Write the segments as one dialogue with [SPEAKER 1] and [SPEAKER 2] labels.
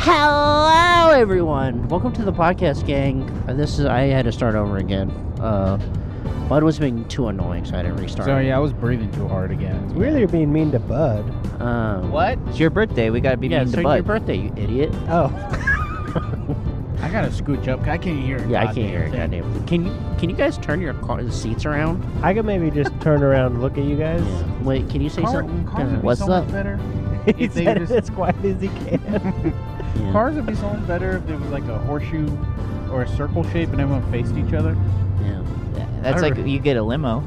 [SPEAKER 1] Hello, everyone. Welcome to the podcast, gang. Uh, This is I had to start over again. Uh, Bud was being too annoying, so I had to restart.
[SPEAKER 2] Sorry, I was breathing too hard again.
[SPEAKER 3] It's weird that you're being mean to Bud.
[SPEAKER 1] Um,
[SPEAKER 2] What?
[SPEAKER 4] It's your birthday. We gotta be
[SPEAKER 1] Yeah,
[SPEAKER 4] mean
[SPEAKER 1] it's
[SPEAKER 4] to
[SPEAKER 1] your
[SPEAKER 4] Bud.
[SPEAKER 1] birthday, you idiot.
[SPEAKER 3] Oh,
[SPEAKER 2] I gotta scooch up. 'cause I can't hear. a
[SPEAKER 1] Yeah, I
[SPEAKER 2] goddamn
[SPEAKER 1] can't hear it.
[SPEAKER 2] thing.
[SPEAKER 1] Goddamn. Can you can you guys turn your car, seats around?
[SPEAKER 3] I could maybe just turn around and look at you guys.
[SPEAKER 1] Wait, can you say
[SPEAKER 2] Car-
[SPEAKER 1] something?
[SPEAKER 2] Cars
[SPEAKER 1] Yeah.
[SPEAKER 2] would be
[SPEAKER 1] What's
[SPEAKER 2] so much
[SPEAKER 1] up?
[SPEAKER 2] better.
[SPEAKER 3] he
[SPEAKER 2] If they
[SPEAKER 3] said
[SPEAKER 2] just-
[SPEAKER 3] it as quiet as he can.
[SPEAKER 1] Yeah.
[SPEAKER 2] Cars would be so much better if there was like a horseshoe or a circle shape and everyone faced each other.
[SPEAKER 1] Yeah.
[SPEAKER 4] Yeah, That's
[SPEAKER 2] I
[SPEAKER 4] like you get a limo.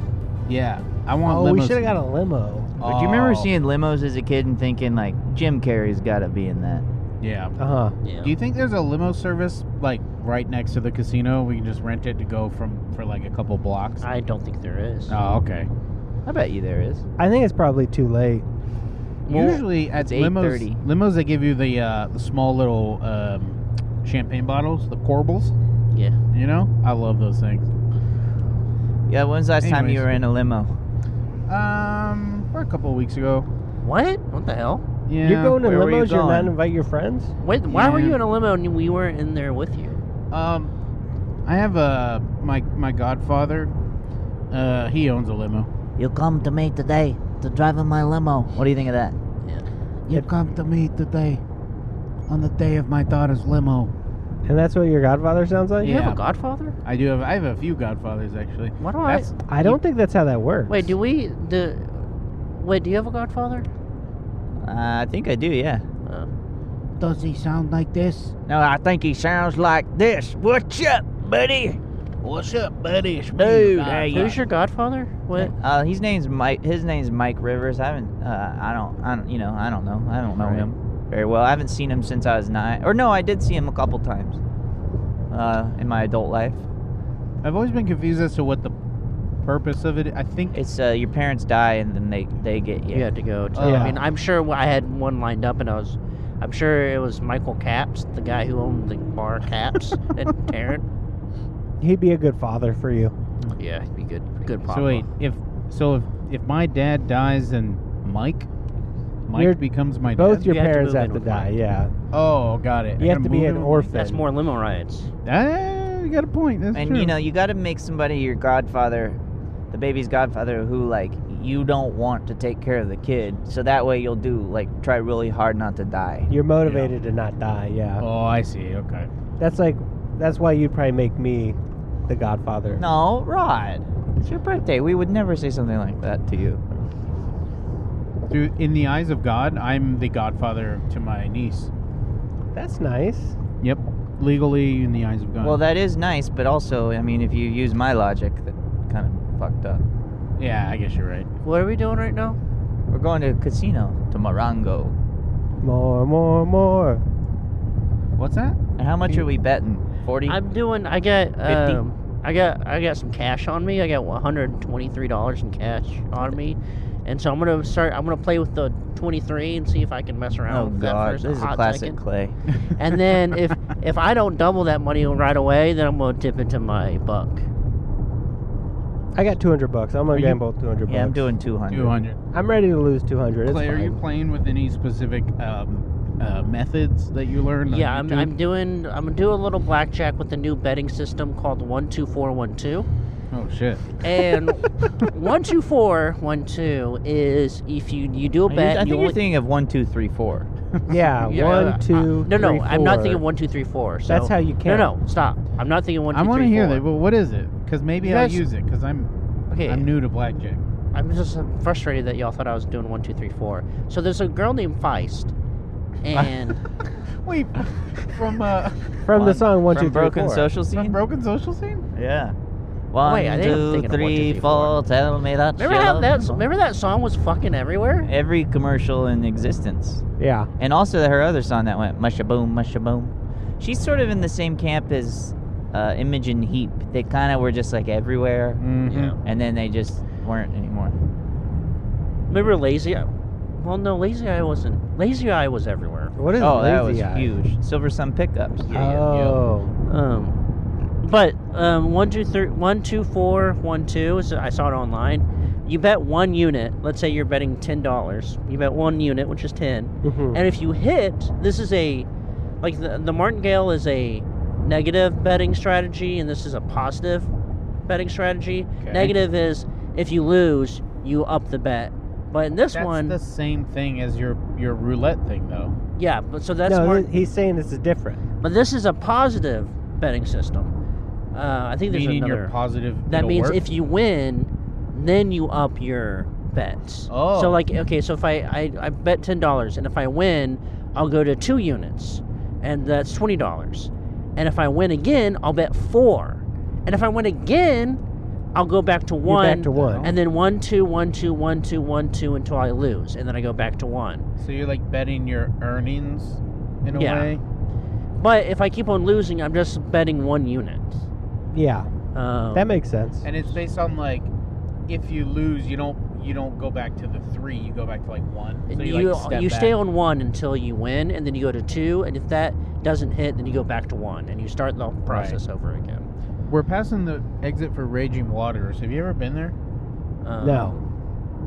[SPEAKER 2] Yeah, I want.
[SPEAKER 3] oh, we
[SPEAKER 2] limos.
[SPEAKER 3] should have got a limo.
[SPEAKER 4] But do you remember
[SPEAKER 2] Oh,
[SPEAKER 4] seeing limos as a kid and thinking like Jim Carrey's gotta be in that?
[SPEAKER 2] Yeah.
[SPEAKER 3] Uh huh.
[SPEAKER 1] Yeah.
[SPEAKER 2] Do you think there's a limo service like right next to the casino? We can just rent it to go from for like a couple blocks.
[SPEAKER 1] I don't think there is.
[SPEAKER 2] Oh, okay.
[SPEAKER 4] I bet you there is.
[SPEAKER 3] I think it's probably too late.
[SPEAKER 1] Well,
[SPEAKER 2] Usually at
[SPEAKER 4] it's
[SPEAKER 2] limos,
[SPEAKER 4] 8:30.
[SPEAKER 2] limos they give you the uh, the small little um, champagne bottles, the corbels.
[SPEAKER 1] Yeah.
[SPEAKER 2] You know, I love those things.
[SPEAKER 4] Yeah, when's the last time you
[SPEAKER 2] Anyways.
[SPEAKER 4] were in a limo?
[SPEAKER 2] Um, or a couple of weeks ago.
[SPEAKER 1] What? What the hell?
[SPEAKER 2] Yeah.
[SPEAKER 3] you're going to
[SPEAKER 4] where were you
[SPEAKER 3] limos, you are not
[SPEAKER 4] going?
[SPEAKER 3] invite your friends?
[SPEAKER 1] Wait, why were
[SPEAKER 2] Yeah.
[SPEAKER 1] you in a limo and we weren't in there with you?
[SPEAKER 2] Um, I have a my my godfather. Uh, he owns a limo.
[SPEAKER 4] You come to me today to drive in my limo. What do you think of that?
[SPEAKER 2] You come to me today, on the day of my daughter's limo.
[SPEAKER 3] And that's what your godfather sounds like?
[SPEAKER 1] You have
[SPEAKER 2] Yeah.
[SPEAKER 1] a godfather?
[SPEAKER 2] I do have I have a few godfathers actually.
[SPEAKER 1] Why do
[SPEAKER 2] That's
[SPEAKER 3] I don't think that's how that
[SPEAKER 1] I?
[SPEAKER 3] works.
[SPEAKER 1] Wait, do we? Do, wait, do you have a godfather?
[SPEAKER 4] Uh, I think I do, yeah.
[SPEAKER 1] Uh,
[SPEAKER 2] does he sound like this?
[SPEAKER 4] No, I think he sounds like this. What's up, buddy?
[SPEAKER 2] What's up, buddy? It's me,
[SPEAKER 4] Dude,
[SPEAKER 2] your
[SPEAKER 4] hey,
[SPEAKER 2] godfather.
[SPEAKER 1] who's your godfather? What?
[SPEAKER 4] Uh, his name's Mike. His name's Mike Rivers. I haven't. Uh, I don't. I don't. You know. I don't know. I don't know
[SPEAKER 1] Right.
[SPEAKER 4] him very well. I haven't seen him since I was nine. Or no, I did see him a couple times. Uh, in my adult life,
[SPEAKER 2] I've always been confused as to what the purpose of it. I think
[SPEAKER 4] it's uh, your parents die and then they they get you.
[SPEAKER 1] You had to go to.
[SPEAKER 2] Yeah.
[SPEAKER 1] I mean, I'm sure wh- I had one lined up, and I was, I'm sure it was Michael Caps, the guy who owned the bar Caps and Tarrant.
[SPEAKER 3] He'd be a good father for you.
[SPEAKER 1] Yeah, he'd be good, good papa.
[SPEAKER 2] so. Wait, if so, if if my dad dies, then Mike, Mike
[SPEAKER 3] You're-
[SPEAKER 2] becomes my
[SPEAKER 3] Both
[SPEAKER 2] dad.
[SPEAKER 3] your
[SPEAKER 1] You have to
[SPEAKER 3] parents
[SPEAKER 1] move
[SPEAKER 3] have
[SPEAKER 1] in
[SPEAKER 3] to
[SPEAKER 1] with
[SPEAKER 3] die,
[SPEAKER 1] mine.
[SPEAKER 3] yeah.
[SPEAKER 2] oh, got it. I
[SPEAKER 3] You have
[SPEAKER 2] gotta
[SPEAKER 3] to be
[SPEAKER 2] move
[SPEAKER 3] an
[SPEAKER 2] in.
[SPEAKER 3] orphan.
[SPEAKER 1] That's more limo riots.
[SPEAKER 2] Ah, you got a point. That's
[SPEAKER 4] And
[SPEAKER 2] true.
[SPEAKER 4] you know, you got to make somebody your godfather, the baby's godfather, who like you don't want to take care of the kid, so that way you'll do like try really hard not to die.
[SPEAKER 3] You're motivated to not die, yeah.
[SPEAKER 2] Oh, I see. Okay.
[SPEAKER 3] That's like, that's why you'd probably make me the godfather.
[SPEAKER 4] No, Rod, it's your birthday. We would never say something like that to you.
[SPEAKER 2] Through in the eyes of God, I'm the godfather to my niece.
[SPEAKER 3] That's nice.
[SPEAKER 2] Yep. Legally, in the eyes of God.
[SPEAKER 4] Well, that is nice, but also, I mean, if you use my logic, that kind of fucked up.
[SPEAKER 2] yeah, I guess you're right.
[SPEAKER 1] What are we doing right now?
[SPEAKER 4] We're going to a casino to Morongo.
[SPEAKER 3] More, more, more.
[SPEAKER 2] What's that?
[SPEAKER 4] And how much are we betting? 40?
[SPEAKER 1] I'm doing. I got. Um, I got. I got some cash on me. I got 123 dollars in cash on me, and so I'm gonna start. I'm gonna play with the 23 and see if I can mess around
[SPEAKER 4] Oh
[SPEAKER 1] with that
[SPEAKER 4] god,
[SPEAKER 1] first
[SPEAKER 4] this is a
[SPEAKER 1] hot
[SPEAKER 4] classic
[SPEAKER 1] second.
[SPEAKER 4] Clay.
[SPEAKER 1] And then if if I don't double that money right away, then I'm gonna dip into my buck.
[SPEAKER 3] I got 200 bucks. I'm
[SPEAKER 2] Are
[SPEAKER 3] gonna
[SPEAKER 2] you-
[SPEAKER 3] gamble 200
[SPEAKER 4] Yeah, I'm
[SPEAKER 3] bucks.
[SPEAKER 4] doing 200.
[SPEAKER 2] Two hundred.
[SPEAKER 3] I'm ready to lose 200. It's
[SPEAKER 2] Clay, are you
[SPEAKER 3] fine.
[SPEAKER 2] playing with any specific um, uh, methods that you learned? on
[SPEAKER 1] yeah, I'm,
[SPEAKER 2] YouTube?
[SPEAKER 1] I'm doing. I'm gonna do a little blackjack with the new betting system called one two four one two.
[SPEAKER 2] Oh shit.
[SPEAKER 1] And one two four one two is if you you do a
[SPEAKER 4] Are you- I
[SPEAKER 1] bet.
[SPEAKER 4] think
[SPEAKER 1] you
[SPEAKER 4] you're
[SPEAKER 1] only-
[SPEAKER 4] thinking of one, two, three, four.
[SPEAKER 3] Yeah,
[SPEAKER 1] Yeah, uh,
[SPEAKER 3] one, two,
[SPEAKER 1] No, no,
[SPEAKER 3] three,
[SPEAKER 1] I'm not thinking
[SPEAKER 3] four.
[SPEAKER 1] one, two, three, four. So
[SPEAKER 3] That's how you count.
[SPEAKER 1] No, no, stop. I'm not thinking one, two,
[SPEAKER 2] I want to
[SPEAKER 1] three,
[SPEAKER 2] hear
[SPEAKER 1] four.
[SPEAKER 2] that. Well, what is it? Because maybe
[SPEAKER 1] You
[SPEAKER 2] I'll
[SPEAKER 1] guys-
[SPEAKER 2] use it. Because I'm
[SPEAKER 1] Okay,
[SPEAKER 2] I'm new to blackjack.
[SPEAKER 1] I'm just uh, frustrated that y'all thought I was doing one, two, three, four. So there's a girl named Feist, and
[SPEAKER 2] Wait, from uh,
[SPEAKER 3] From the
[SPEAKER 4] One-
[SPEAKER 3] song one,
[SPEAKER 4] from
[SPEAKER 3] two, three,
[SPEAKER 4] Broken
[SPEAKER 3] four.
[SPEAKER 4] Social
[SPEAKER 2] from
[SPEAKER 4] Scene?
[SPEAKER 2] broken social scene.
[SPEAKER 4] yeah. One,
[SPEAKER 1] I think I'm
[SPEAKER 4] two,
[SPEAKER 1] thinking of one, two,
[SPEAKER 4] three,
[SPEAKER 1] three, four.
[SPEAKER 4] four, tell me that
[SPEAKER 1] remember
[SPEAKER 4] you
[SPEAKER 1] how
[SPEAKER 4] love
[SPEAKER 1] that
[SPEAKER 4] me.
[SPEAKER 1] remember that song was fucking everywhere.
[SPEAKER 4] Every commercial in existence.
[SPEAKER 3] Yeah,
[SPEAKER 4] And also her other song that went musha boom, musha boom. She's sort of in the same camp as uh, Imogen Heap. They kind of were just like everywhere,
[SPEAKER 2] Mm-hmm.
[SPEAKER 1] Yeah.
[SPEAKER 4] and then they just weren't anymore.
[SPEAKER 1] Remember Lazy? Eye? Well, no, Lazy Eye wasn't. Lazy Eye was everywhere.
[SPEAKER 3] what is
[SPEAKER 4] oh,
[SPEAKER 3] lazy
[SPEAKER 4] that was
[SPEAKER 3] eye?
[SPEAKER 4] huge. Silver Sun pickups.
[SPEAKER 3] oh,
[SPEAKER 1] Um, but um, one, two, three, one, two, four, one, two. So I saw it online. You bet one unit. Let's say you're betting ten dollars. You bet one unit, which is ten.
[SPEAKER 3] mhm.
[SPEAKER 1] And if you hit, this is a like the, the martingale is a negative betting strategy and this is a positive betting strategy
[SPEAKER 2] Okay.
[SPEAKER 1] negative is if you lose you up the bet but in this
[SPEAKER 2] That's
[SPEAKER 1] one
[SPEAKER 2] the same thing as your your roulette thing, though.
[SPEAKER 1] yeah but so that's
[SPEAKER 3] no,
[SPEAKER 1] mar-
[SPEAKER 3] th- he's saying this is different.
[SPEAKER 1] but this is a positive betting system uh, i think there's
[SPEAKER 2] Meaning
[SPEAKER 1] another
[SPEAKER 2] you're positive.
[SPEAKER 1] that
[SPEAKER 2] it'll
[SPEAKER 1] means
[SPEAKER 2] work.
[SPEAKER 1] if you win then you up your bets
[SPEAKER 2] Oh.
[SPEAKER 1] so like okay so if i i, I bet $10 and if i win i'll go to two units and that's $20 and if i win again i'll bet four and if i win again i'll go back to
[SPEAKER 3] You're
[SPEAKER 1] one
[SPEAKER 3] back to one.
[SPEAKER 1] and then one two one two one two one two until i lose and then i go back to one
[SPEAKER 2] So you're like betting your earnings in a
[SPEAKER 1] Yeah.
[SPEAKER 2] way.
[SPEAKER 1] but if i keep on losing i'm just betting one unit
[SPEAKER 3] yeah,
[SPEAKER 1] um,
[SPEAKER 3] that makes sense.
[SPEAKER 2] And it's based on like if you lose, you don't you don't go back to the three, you go back to like one. So you,
[SPEAKER 1] you
[SPEAKER 2] like step
[SPEAKER 1] you
[SPEAKER 2] back.
[SPEAKER 1] stay on one until you win, and then you go to two, and if that doesn't hit, then you go back to one, and you start the whole process over again.
[SPEAKER 2] We're passing the exit for Raging Waters. Have you ever been there?
[SPEAKER 1] Um,
[SPEAKER 3] no,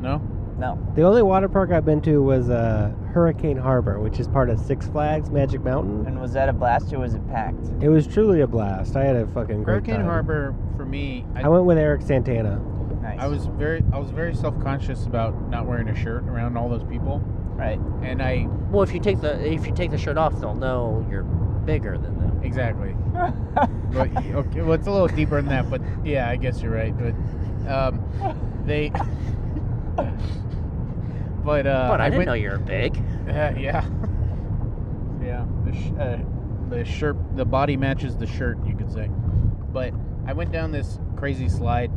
[SPEAKER 2] No.
[SPEAKER 4] No.
[SPEAKER 3] the only water park I've been to was uh, Hurricane Harbor, which is part of Six Flags Magic Mountain.
[SPEAKER 4] And was that a blast or was it packed?
[SPEAKER 3] It was truly a blast. I had a fucking great
[SPEAKER 2] Hurricane
[SPEAKER 3] time.
[SPEAKER 2] Harbor for me. I,
[SPEAKER 3] I went with Eric Santana.
[SPEAKER 4] Nice.
[SPEAKER 2] I was very I was very self conscious about not wearing a shirt around all those people,
[SPEAKER 4] right.
[SPEAKER 2] and I
[SPEAKER 1] Well, if you take the if you take the shirt off, they'll know you're bigger than them.
[SPEAKER 2] exactly. but, okay, well, it's a little deeper than that, but yeah, I guess you're right. But um, they. But uh,
[SPEAKER 1] but I, didn't
[SPEAKER 2] went,
[SPEAKER 1] know you were big.
[SPEAKER 2] Yeah, yeah, yeah. The, sh- uh, the shirt, the body matches the shirt, you could say. But I went down this crazy slide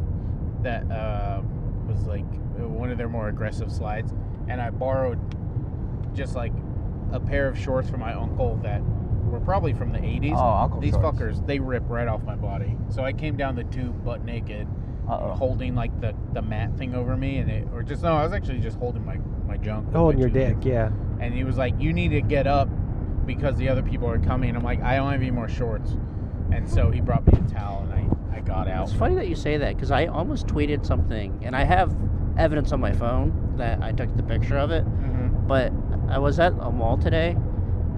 [SPEAKER 2] that uh, was like uh, one of their more aggressive slides, and I borrowed just like a pair of shorts from my uncle that were probably from the '80s.
[SPEAKER 4] oh, Uncle
[SPEAKER 2] These
[SPEAKER 4] Shorts.
[SPEAKER 2] fuckers, they rip right off my body. So I came down the tube butt naked,
[SPEAKER 4] Uh-oh.
[SPEAKER 2] holding like the, the mat thing over me, and it, or just no, I was actually just holding my my junk. with
[SPEAKER 3] Holding
[SPEAKER 2] my
[SPEAKER 3] your
[SPEAKER 2] two
[SPEAKER 3] dick,
[SPEAKER 2] legs.
[SPEAKER 3] yeah.
[SPEAKER 2] And he was like, "You need to get up because the other people are coming." I'm like, "I don't have any more shorts," and so he brought me a towel, and I I got out.
[SPEAKER 1] It's funny that you say that because I almost tweeted something, and I have evidence on my phone that I took the picture of it.
[SPEAKER 2] Mhm.
[SPEAKER 1] But I was at a mall today,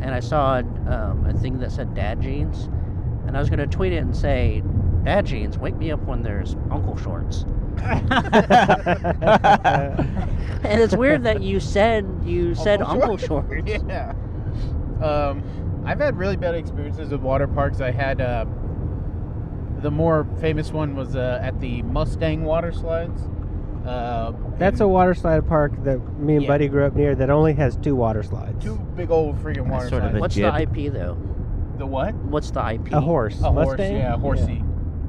[SPEAKER 1] and I saw um, a thing that said "dad jeans," and I was gonna tweet it and say, "Dad jeans, wake me up when there's uncle shorts." And it's weird that you said you said uncle shorts.
[SPEAKER 2] yeah. Um, I've had really bad experiences with water parks. I had uh, the more famous one was uh, at the Mustang water slides. Uh,
[SPEAKER 3] That's a
[SPEAKER 2] and
[SPEAKER 3] water slide park that me and
[SPEAKER 2] Yeah.
[SPEAKER 3] Buddy grew up near that only has two water slides.
[SPEAKER 2] two big old freaking water
[SPEAKER 4] sort of
[SPEAKER 2] slides.
[SPEAKER 4] a-
[SPEAKER 1] What's
[SPEAKER 4] jib.
[SPEAKER 1] the IP though?
[SPEAKER 2] the what?
[SPEAKER 1] What's the IP?
[SPEAKER 3] A horse.
[SPEAKER 2] A
[SPEAKER 3] Mustang?
[SPEAKER 2] horse, yeah, a horsey.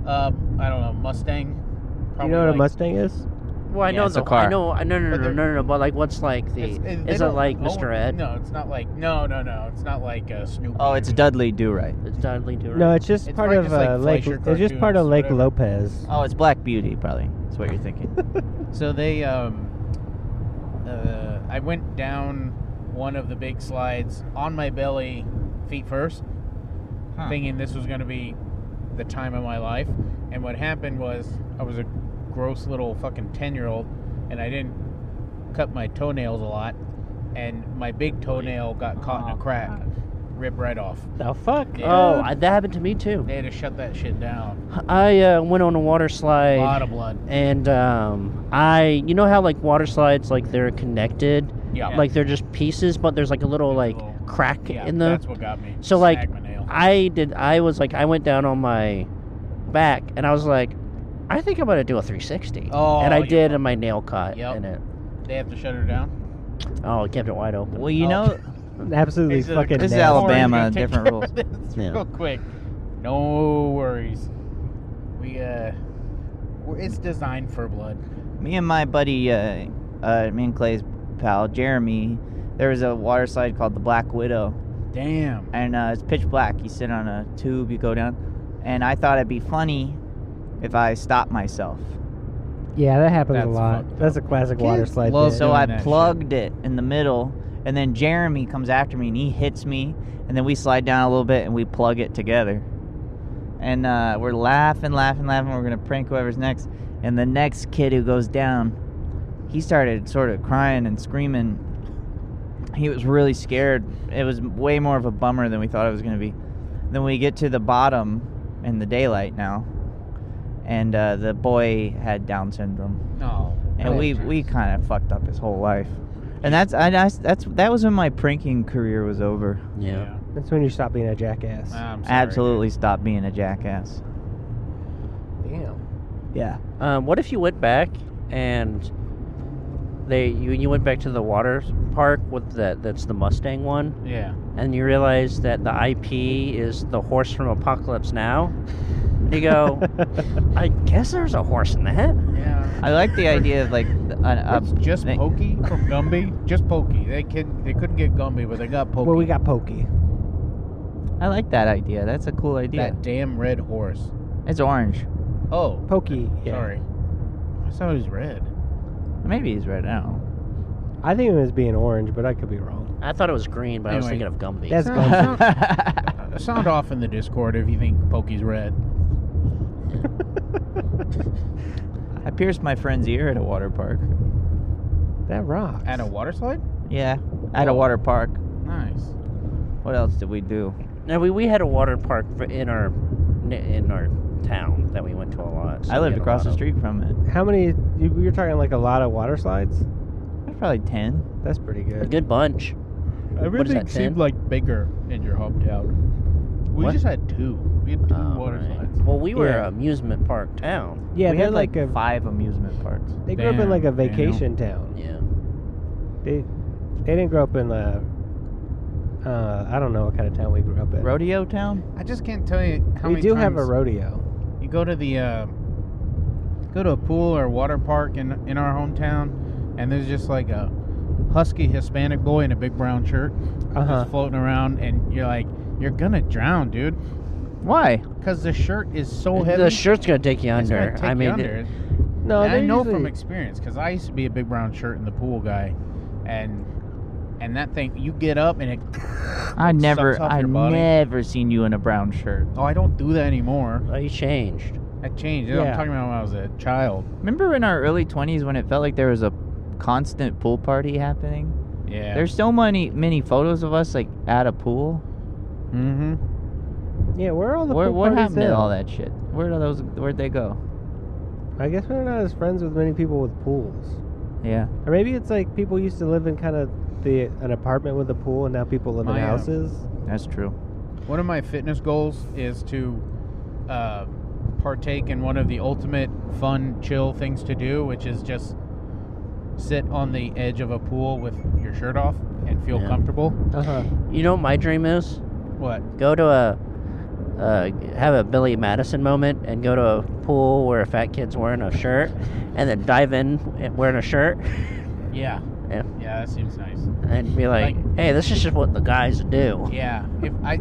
[SPEAKER 2] Um, I don't know, Mustang.
[SPEAKER 3] You know what a
[SPEAKER 2] like-
[SPEAKER 3] Mustang is?
[SPEAKER 1] Well, I
[SPEAKER 4] Yeah,
[SPEAKER 1] know
[SPEAKER 4] it's a
[SPEAKER 1] the
[SPEAKER 4] car.
[SPEAKER 1] I know. I know. No, no,
[SPEAKER 2] But
[SPEAKER 1] no,
[SPEAKER 2] they're-
[SPEAKER 1] no, no. But like, what's like the?
[SPEAKER 2] it's- it- they
[SPEAKER 1] is it
[SPEAKER 2] don't
[SPEAKER 1] like
[SPEAKER 2] own-
[SPEAKER 1] Mr. Ed?
[SPEAKER 2] No, it's not like no, no, no. It's not like uh, Snoop.
[SPEAKER 4] Oh, it's Dudley Do Right.
[SPEAKER 1] It's Dudley Do Right.
[SPEAKER 3] No, it's just
[SPEAKER 2] It's
[SPEAKER 3] part
[SPEAKER 2] probably
[SPEAKER 3] of
[SPEAKER 2] just like
[SPEAKER 3] uh, Lake.
[SPEAKER 2] Fleischer
[SPEAKER 3] It's just part of
[SPEAKER 2] cartoons,
[SPEAKER 3] Lake
[SPEAKER 2] whatever.
[SPEAKER 3] Lopez.
[SPEAKER 4] Oh, it's Black Beauty, probably. That's what you're thinking.
[SPEAKER 2] So they, um, uh, I went down one of the big slides on my belly, feet first,
[SPEAKER 4] Huh.
[SPEAKER 2] thinking this was going to be the time of my life. And what happened was I was a gross little fucking 10 year old and I didn't cut my toenails a lot. And my big toenail got caught in a
[SPEAKER 4] Oh,
[SPEAKER 2] crack, rip right off.
[SPEAKER 3] The fuck?
[SPEAKER 2] Yeah.
[SPEAKER 1] Oh, I, that happened to me too.
[SPEAKER 2] They had to shut that shit down.
[SPEAKER 1] I uh, went on a water
[SPEAKER 2] A
[SPEAKER 1] slide.
[SPEAKER 2] lot of blood.
[SPEAKER 1] and um, I, you know how like water slides, like they're connected,
[SPEAKER 2] Yeah.
[SPEAKER 1] like they're just pieces, but there's like a little like
[SPEAKER 2] Little-
[SPEAKER 1] crack
[SPEAKER 2] yeah,
[SPEAKER 1] in the.
[SPEAKER 2] that's what got me.
[SPEAKER 1] So, like,
[SPEAKER 2] Snagged my nail.
[SPEAKER 1] I did. I was like, I went down on my back, and I was like, I think I'm gonna do a 360.
[SPEAKER 2] Oh,
[SPEAKER 1] and I
[SPEAKER 2] yeah.
[SPEAKER 1] did, and my nail caught
[SPEAKER 2] Yep.
[SPEAKER 1] in it.
[SPEAKER 2] they have to shut her down.
[SPEAKER 1] Oh, it kept it wide open.
[SPEAKER 4] well, you
[SPEAKER 2] Oh.
[SPEAKER 4] know,
[SPEAKER 3] Absolutely
[SPEAKER 2] These are the-
[SPEAKER 3] fucking.
[SPEAKER 4] This is
[SPEAKER 3] nasty.
[SPEAKER 4] Alabama.
[SPEAKER 2] Orange, we take
[SPEAKER 4] different
[SPEAKER 2] care of
[SPEAKER 4] rules.
[SPEAKER 2] this
[SPEAKER 1] Yeah.
[SPEAKER 2] Real quick, no worries. We uh, we're- it's designed for blood.
[SPEAKER 4] me and my buddy, uh, uh, me and Clay's pal Jeremy, there was a water slide called the Black Widow,
[SPEAKER 2] Damn.
[SPEAKER 4] and uh, it's pitch black. You sit on a tube, you go down, and I thought it'd be funny if I stopped myself.
[SPEAKER 3] Yeah, that happens a
[SPEAKER 2] That's
[SPEAKER 3] lot.
[SPEAKER 2] fucked
[SPEAKER 3] That's a classic
[SPEAKER 2] Kids
[SPEAKER 3] water slide.
[SPEAKER 2] love
[SPEAKER 3] bit.
[SPEAKER 4] So
[SPEAKER 2] doing
[SPEAKER 4] I
[SPEAKER 2] that shit.
[SPEAKER 4] plugged it in the middle, and then Jeremy comes after me and he hits me, and then we slide down a little bit and we plug it together. And uh, we're laughing, laughing, laughing. We're gonna prank whoever's next, and the next kid who goes down, he started sort of crying and screaming, he was really scared. It was way more of a bummer than we thought it was going to be. Then we get to the bottom in the daylight now, and uh, the boy had Down syndrome,
[SPEAKER 2] No.
[SPEAKER 4] and we we kind of fucked up his whole life. And that's I, I- that's that was when my pranking career was over.
[SPEAKER 1] Yeah.
[SPEAKER 3] That's when you stop being a jackass.
[SPEAKER 2] I'm sorry,
[SPEAKER 4] Absolutely stopped being a jackass.
[SPEAKER 3] Damn.
[SPEAKER 4] Yeah.
[SPEAKER 1] Um, what if you went back and they you you went back to the water park with that that's the Mustang one,
[SPEAKER 2] dude. Yeah.
[SPEAKER 1] and you realize that the IP is the horse from Apocalypse Now. You go. I guess there's a horse in that.
[SPEAKER 2] Yeah.
[SPEAKER 4] I like the idea of like an up.
[SPEAKER 2] It's just
[SPEAKER 4] they-
[SPEAKER 2] Pokey from Gumby. Just Pokey. They can they couldn't get Gumby, but they got Pokey.
[SPEAKER 3] Well, we got Pokey.
[SPEAKER 4] I like that idea. That's a cool
[SPEAKER 2] that
[SPEAKER 4] idea.
[SPEAKER 2] damn red horse.
[SPEAKER 4] It's orange.
[SPEAKER 2] Oh,
[SPEAKER 3] Pokey. Yeah.
[SPEAKER 2] sorry. I thought it was red.
[SPEAKER 4] Maybe he's red. I don't know.
[SPEAKER 3] I think it was being orange, but I could be wrong.
[SPEAKER 1] I thought it was green, but I was
[SPEAKER 2] Anyway,
[SPEAKER 1] thinking of Gumby.
[SPEAKER 3] That's
[SPEAKER 2] Sound-
[SPEAKER 3] Gumby.
[SPEAKER 2] sound- uh, Sound off in the Discord if you think Pokey's red.
[SPEAKER 4] I pierced my friend's ear at a water park.
[SPEAKER 3] That rocks.
[SPEAKER 2] At a water slide?
[SPEAKER 4] Yeah, at a water park.
[SPEAKER 2] Nice.
[SPEAKER 4] What else did we do?
[SPEAKER 1] Now we, we had a water park for, in our in our town that we went to a lot. so
[SPEAKER 4] I
[SPEAKER 1] we
[SPEAKER 4] lived
[SPEAKER 1] had a
[SPEAKER 4] across
[SPEAKER 1] lot
[SPEAKER 4] the
[SPEAKER 1] of-
[SPEAKER 4] street from it.
[SPEAKER 3] How many? You, you're talking like a lot of water slides.
[SPEAKER 4] There's probably ten.
[SPEAKER 3] That's pretty
[SPEAKER 1] A
[SPEAKER 3] good.
[SPEAKER 1] good bunch.
[SPEAKER 2] Everything
[SPEAKER 1] that, ten?
[SPEAKER 2] seemed like bigger in your hometown. We
[SPEAKER 4] What?
[SPEAKER 2] just had two. We had two
[SPEAKER 1] Oh,
[SPEAKER 2] water
[SPEAKER 1] right.
[SPEAKER 2] slides.
[SPEAKER 1] Well, we were
[SPEAKER 3] Yeah.
[SPEAKER 1] amusement park town.
[SPEAKER 3] Yeah,
[SPEAKER 4] we
[SPEAKER 3] they're
[SPEAKER 4] had like,
[SPEAKER 3] a.
[SPEAKER 4] five amusement parks.
[SPEAKER 3] They grew up in
[SPEAKER 2] Damn,
[SPEAKER 3] like a
[SPEAKER 2] Daniel.
[SPEAKER 3] vacation town.
[SPEAKER 1] Yeah.
[SPEAKER 3] They, they didn't grow up in a. Uh, I don't know what kind of town we grew up in.
[SPEAKER 4] Rodeo town.
[SPEAKER 2] I just can't tell you how
[SPEAKER 3] we
[SPEAKER 2] many
[SPEAKER 3] do
[SPEAKER 2] times
[SPEAKER 3] have a rodeo.
[SPEAKER 2] you go to the uh, go to a pool or water park in in our hometown, and there's just like a husky Hispanic boy in a big brown shirt
[SPEAKER 3] Uh
[SPEAKER 1] Uh-huh.
[SPEAKER 3] huh.
[SPEAKER 2] just floating around, and you're like, you're gonna drown, dude,
[SPEAKER 4] Why?
[SPEAKER 2] because the shirt is so heavy.
[SPEAKER 1] The shirt's gonna take you
[SPEAKER 2] it's gonna
[SPEAKER 1] under.
[SPEAKER 2] take
[SPEAKER 1] I
[SPEAKER 2] you
[SPEAKER 1] mean,
[SPEAKER 2] under.
[SPEAKER 1] it-
[SPEAKER 3] No,
[SPEAKER 2] And I
[SPEAKER 3] they're
[SPEAKER 2] know
[SPEAKER 3] usually-
[SPEAKER 2] from experience because I used to be a big brown shirt in the pool guy, and and that thing you get up and it.
[SPEAKER 4] I never,
[SPEAKER 2] sucks off
[SPEAKER 4] I
[SPEAKER 2] your body.
[SPEAKER 4] never seen you in a brown shirt.
[SPEAKER 2] Oh, I don't do that anymore.
[SPEAKER 1] I changed.
[SPEAKER 2] I changed. I'm
[SPEAKER 3] Yeah.
[SPEAKER 2] talking about when I was a child.
[SPEAKER 4] Remember in our early twenties when it felt like there was a constant pool party happening?
[SPEAKER 2] Yeah.
[SPEAKER 4] There's so many, many photos of us like at a pool.
[SPEAKER 2] Mm-hmm.
[SPEAKER 3] Yeah, where are all the
[SPEAKER 4] Where,
[SPEAKER 3] pool
[SPEAKER 4] what
[SPEAKER 3] parties
[SPEAKER 4] happened to
[SPEAKER 3] at?
[SPEAKER 4] all that shit? Where are those? Where'd they go?
[SPEAKER 3] I guess we're not as friends with many people with pools.
[SPEAKER 4] Yeah.
[SPEAKER 3] Or maybe it's like people used to live in kind of the an apartment with a pool, and now people live in
[SPEAKER 2] My, um,
[SPEAKER 3] houses.
[SPEAKER 4] That's true.
[SPEAKER 2] One of my fitness goals is to uh, partake in one of the ultimate fun, chill things to do, which is just sit on the edge of a pool with your shirt off and feel
[SPEAKER 1] Yeah.
[SPEAKER 2] comfortable.
[SPEAKER 3] Uh huh.
[SPEAKER 1] You know what my dream is?
[SPEAKER 2] What?
[SPEAKER 1] Go to a uh, have a Billy Madison moment and go to a pool where a fat kid's wearing a shirt, and then dive in wearing a shirt
[SPEAKER 2] Yeah.
[SPEAKER 1] Yeah.
[SPEAKER 2] that seems nice.
[SPEAKER 1] and be like, "Hey, this is just what the guys do."
[SPEAKER 2] Yeah. If I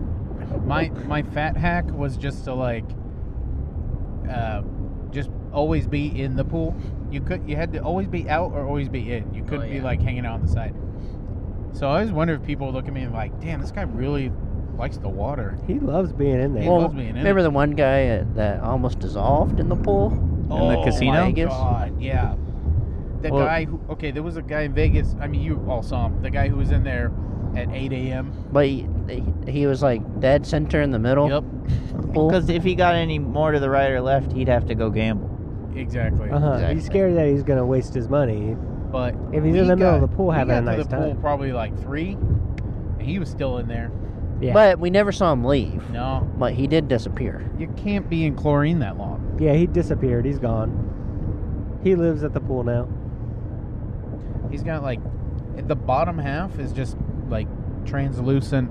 [SPEAKER 2] my my fat hack was just to like uh, just always be in the pool. You could you had to always be out or always be in. You couldn't be
[SPEAKER 1] Oh, yeah.
[SPEAKER 2] like hanging out on the side. So I always wonder if people look at me and like, damn, this guy really likes the water.
[SPEAKER 3] He loves being in there.
[SPEAKER 2] Well- loves being in
[SPEAKER 1] remember
[SPEAKER 2] it.
[SPEAKER 1] the one guy uh, that almost dissolved in the pool?
[SPEAKER 4] the
[SPEAKER 1] Oh
[SPEAKER 4] casino?
[SPEAKER 2] My God, yeah. The
[SPEAKER 4] Well-
[SPEAKER 2] guy who okay, there was a guy in Vegas. I mean, you all saw him. The guy who was in there at 8 a.m.
[SPEAKER 1] But he, he was like dead center in the middle.
[SPEAKER 2] Yep,
[SPEAKER 1] of the pool.
[SPEAKER 4] Because if he got any more to the right or left, he'd have to go gamble.
[SPEAKER 2] exactly.
[SPEAKER 4] Uh-huh.
[SPEAKER 3] Uh huh.
[SPEAKER 1] Exactly.
[SPEAKER 3] He's scared that he's gonna waste his money.
[SPEAKER 2] But
[SPEAKER 3] If he's
[SPEAKER 2] we
[SPEAKER 3] in the middle of
[SPEAKER 2] got-
[SPEAKER 3] the pool
[SPEAKER 2] we
[SPEAKER 3] having a
[SPEAKER 2] got to
[SPEAKER 3] nice
[SPEAKER 2] the pool
[SPEAKER 3] time.
[SPEAKER 2] probably like three, and he was still in there.
[SPEAKER 3] Yeah.
[SPEAKER 1] But we never saw him leave.
[SPEAKER 2] No,
[SPEAKER 1] But he did disappear.
[SPEAKER 2] you can't be in chlorine that long.
[SPEAKER 3] yeah, he disappeared. He's gone. He lives at the pool now.
[SPEAKER 2] He's got like at the bottom half is just like translucent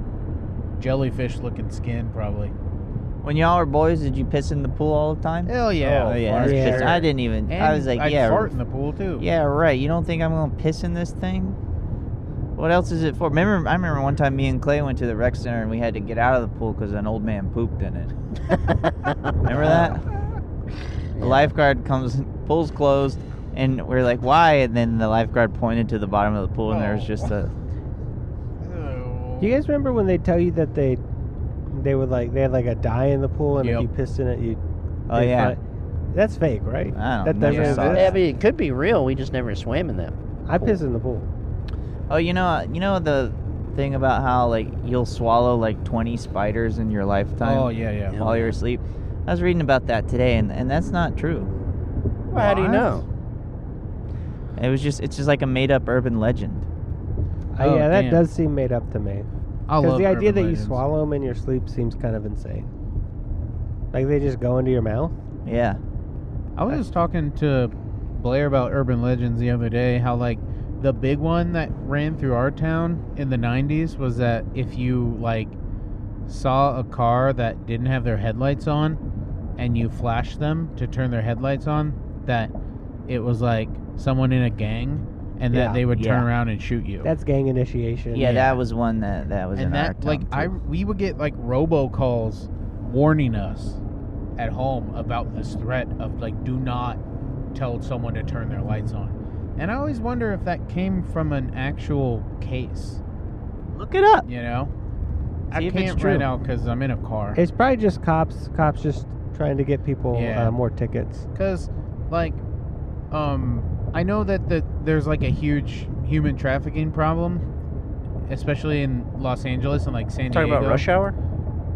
[SPEAKER 2] jellyfish-looking skin, probably.
[SPEAKER 4] When y'all were boys, did you piss in the pool all the time?
[SPEAKER 2] Hell yeah,
[SPEAKER 4] Oh, yeah.
[SPEAKER 2] fart
[SPEAKER 4] that's
[SPEAKER 3] yeah.
[SPEAKER 4] piss-
[SPEAKER 2] sure.
[SPEAKER 4] I didn't even. I
[SPEAKER 2] And
[SPEAKER 4] was like,
[SPEAKER 2] I'd
[SPEAKER 4] yeah,
[SPEAKER 2] fart in the pool too.
[SPEAKER 4] yeah, right. You don't think I'm gonna piss in this thing? What else is it for? Remember, I remember one time me and Clay went to the rec center and we had to get out of the pool because an old man pooped in it. Remember that? The lifeguard comes, pool's closed, and we're like, why? And then the lifeguard pointed to the bottom of the pool and there was
[SPEAKER 2] Oh.
[SPEAKER 4] just a.
[SPEAKER 2] Ew. Oh.
[SPEAKER 3] Do you guys remember when they tell you that they they would like they had like a dye in the pool, and
[SPEAKER 2] Yep.
[SPEAKER 3] if you pissed in it, you
[SPEAKER 4] Oh
[SPEAKER 3] they'd
[SPEAKER 4] yeah.
[SPEAKER 3] find- that's fake, right?
[SPEAKER 4] I don't
[SPEAKER 3] that doesn't
[SPEAKER 4] know.
[SPEAKER 2] Never
[SPEAKER 1] yeah,
[SPEAKER 2] saw
[SPEAKER 3] exist.
[SPEAKER 1] I mean, it could be real. We just never swam in that.
[SPEAKER 3] I piss in the pool.
[SPEAKER 4] Oh, you know, you know the thing about how like you'll swallow like 20 spiders in your lifetime
[SPEAKER 2] Oh yeah, yeah.
[SPEAKER 1] Yeah.
[SPEAKER 4] while you're asleep. I was reading about that today, and, and that's not true.
[SPEAKER 1] Well, how do you
[SPEAKER 2] What?
[SPEAKER 1] know?
[SPEAKER 4] It was just it's just like a made up urban legend.
[SPEAKER 3] Uh,
[SPEAKER 2] Oh,
[SPEAKER 3] yeah, that
[SPEAKER 2] damn.
[SPEAKER 3] does seem made up to me.
[SPEAKER 2] I
[SPEAKER 3] Because
[SPEAKER 2] love
[SPEAKER 3] the idea
[SPEAKER 2] urban
[SPEAKER 3] that
[SPEAKER 2] legends.
[SPEAKER 3] you swallow them in your sleep seems kind of insane. Like they just go into your mouth.
[SPEAKER 4] Yeah,
[SPEAKER 2] I was just talking to Blair about urban legends the other day. How like the big one that ran through our town in the '90s was that if you like saw a car that didn't have their headlights on, and you flashed them to turn their headlights on, that it was like someone in a gang, and
[SPEAKER 3] Yeah.
[SPEAKER 2] that they would turn
[SPEAKER 4] Yeah.
[SPEAKER 2] around and shoot you.
[SPEAKER 3] That's gang initiation.
[SPEAKER 4] yeah,
[SPEAKER 2] Yeah.
[SPEAKER 4] that was one that that was in
[SPEAKER 2] and
[SPEAKER 4] our
[SPEAKER 2] that
[SPEAKER 4] town,
[SPEAKER 2] like I
[SPEAKER 4] too.
[SPEAKER 2] we would get like robocalls warning us at home about this threat of like do not tell someone to turn their lights on. And I always wonder if that came from an actual case,
[SPEAKER 4] look it up.
[SPEAKER 2] you know?
[SPEAKER 4] See
[SPEAKER 2] I
[SPEAKER 4] if it's
[SPEAKER 2] can't
[SPEAKER 4] true.
[SPEAKER 2] right now cuz I'm in a car.
[SPEAKER 3] It's probably just cops. Cops just trying to get people
[SPEAKER 2] Yeah.
[SPEAKER 3] uh, more tickets.
[SPEAKER 2] Cuz like um I know that the, there's like a huge human trafficking problem especially in Los Angeles and like San
[SPEAKER 1] Talking
[SPEAKER 2] Diego.
[SPEAKER 1] about rush hour?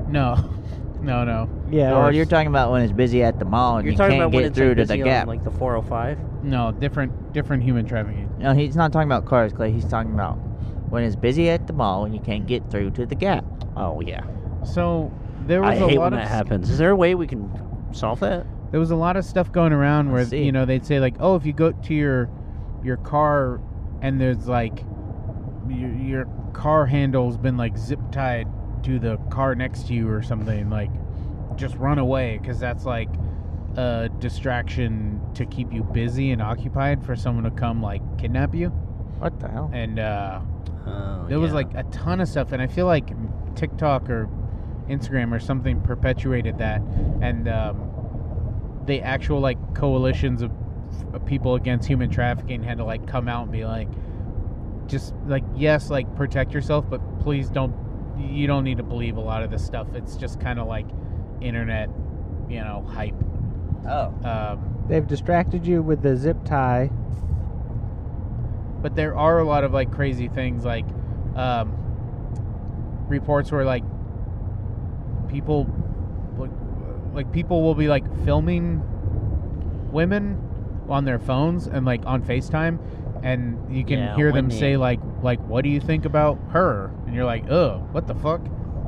[SPEAKER 2] No. No, no.
[SPEAKER 3] Yeah.
[SPEAKER 2] Oh,
[SPEAKER 4] Or
[SPEAKER 3] or-
[SPEAKER 4] you're talking about when it's busy at the mall and
[SPEAKER 1] You're
[SPEAKER 4] you
[SPEAKER 1] talking
[SPEAKER 4] can't
[SPEAKER 1] about when
[SPEAKER 4] get
[SPEAKER 1] it's
[SPEAKER 4] through
[SPEAKER 1] like
[SPEAKER 4] to the
[SPEAKER 1] busy
[SPEAKER 4] gap.
[SPEAKER 1] on like the 405.
[SPEAKER 2] No, different different human trafficking.
[SPEAKER 4] No, he's not talking about cars, Clay. He's talking about when it's busy at the mall and you can't get through to the gap.
[SPEAKER 1] Oh yeah.
[SPEAKER 2] So there was
[SPEAKER 1] I
[SPEAKER 2] a
[SPEAKER 1] hate
[SPEAKER 2] lot
[SPEAKER 1] when
[SPEAKER 2] of
[SPEAKER 1] that happens. Is there a way we can solve that?
[SPEAKER 2] there was a lot of stuff going around where
[SPEAKER 4] see.
[SPEAKER 2] you know they'd say like, oh, if you go to your your car and there's like your, your car handle's been like zip tied to the car next to you or something, like just run away because that's like a distraction to keep you busy and occupied for someone to come like kidnap you
[SPEAKER 4] What the hell?
[SPEAKER 2] and uh
[SPEAKER 1] Oh,
[SPEAKER 2] There was like a ton of stuff, and I feel like TikTok or Instagram or something perpetuated that, and um, the actual like coalitions of, of people against human trafficking had to like come out and be like, just like yes, like protect yourself, but please don't. You don't need to believe a lot of this stuff. It's just kind of like internet, you know, hype.
[SPEAKER 4] Oh.
[SPEAKER 2] Um,
[SPEAKER 3] They've distracted you with the zip tie.
[SPEAKER 2] but there are a lot of like crazy things, like um, reports where like people like, like people will be like filming women on their phones and like on FaceTime and you can
[SPEAKER 1] Yeah,
[SPEAKER 2] hear them
[SPEAKER 1] Whitney.
[SPEAKER 2] say like like what do you think about her and you're like ugh what the fuck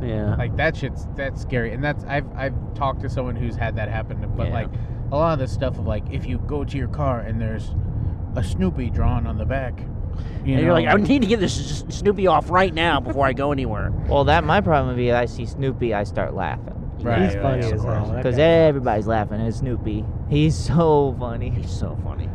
[SPEAKER 1] yeah.
[SPEAKER 2] like that shit's that's scary and that's I've I've talked to someone who's had that happen but
[SPEAKER 1] Yeah.
[SPEAKER 2] like a lot of this stuff of like if you go to your car and there's a Snoopy drawn on the back you
[SPEAKER 1] and
[SPEAKER 2] know
[SPEAKER 1] you're like, I need to get this S- Snoopy off right now before I go anywhere.
[SPEAKER 4] Well, that my problem would be I see Snoopy, I start laughing.
[SPEAKER 2] Right,
[SPEAKER 3] He's
[SPEAKER 2] right,
[SPEAKER 3] funny
[SPEAKER 2] of
[SPEAKER 3] as hell.
[SPEAKER 2] course.
[SPEAKER 3] That
[SPEAKER 4] Because
[SPEAKER 3] guy-
[SPEAKER 4] everybody's laughing at Snoopy. He's so funny.
[SPEAKER 1] He's so funny.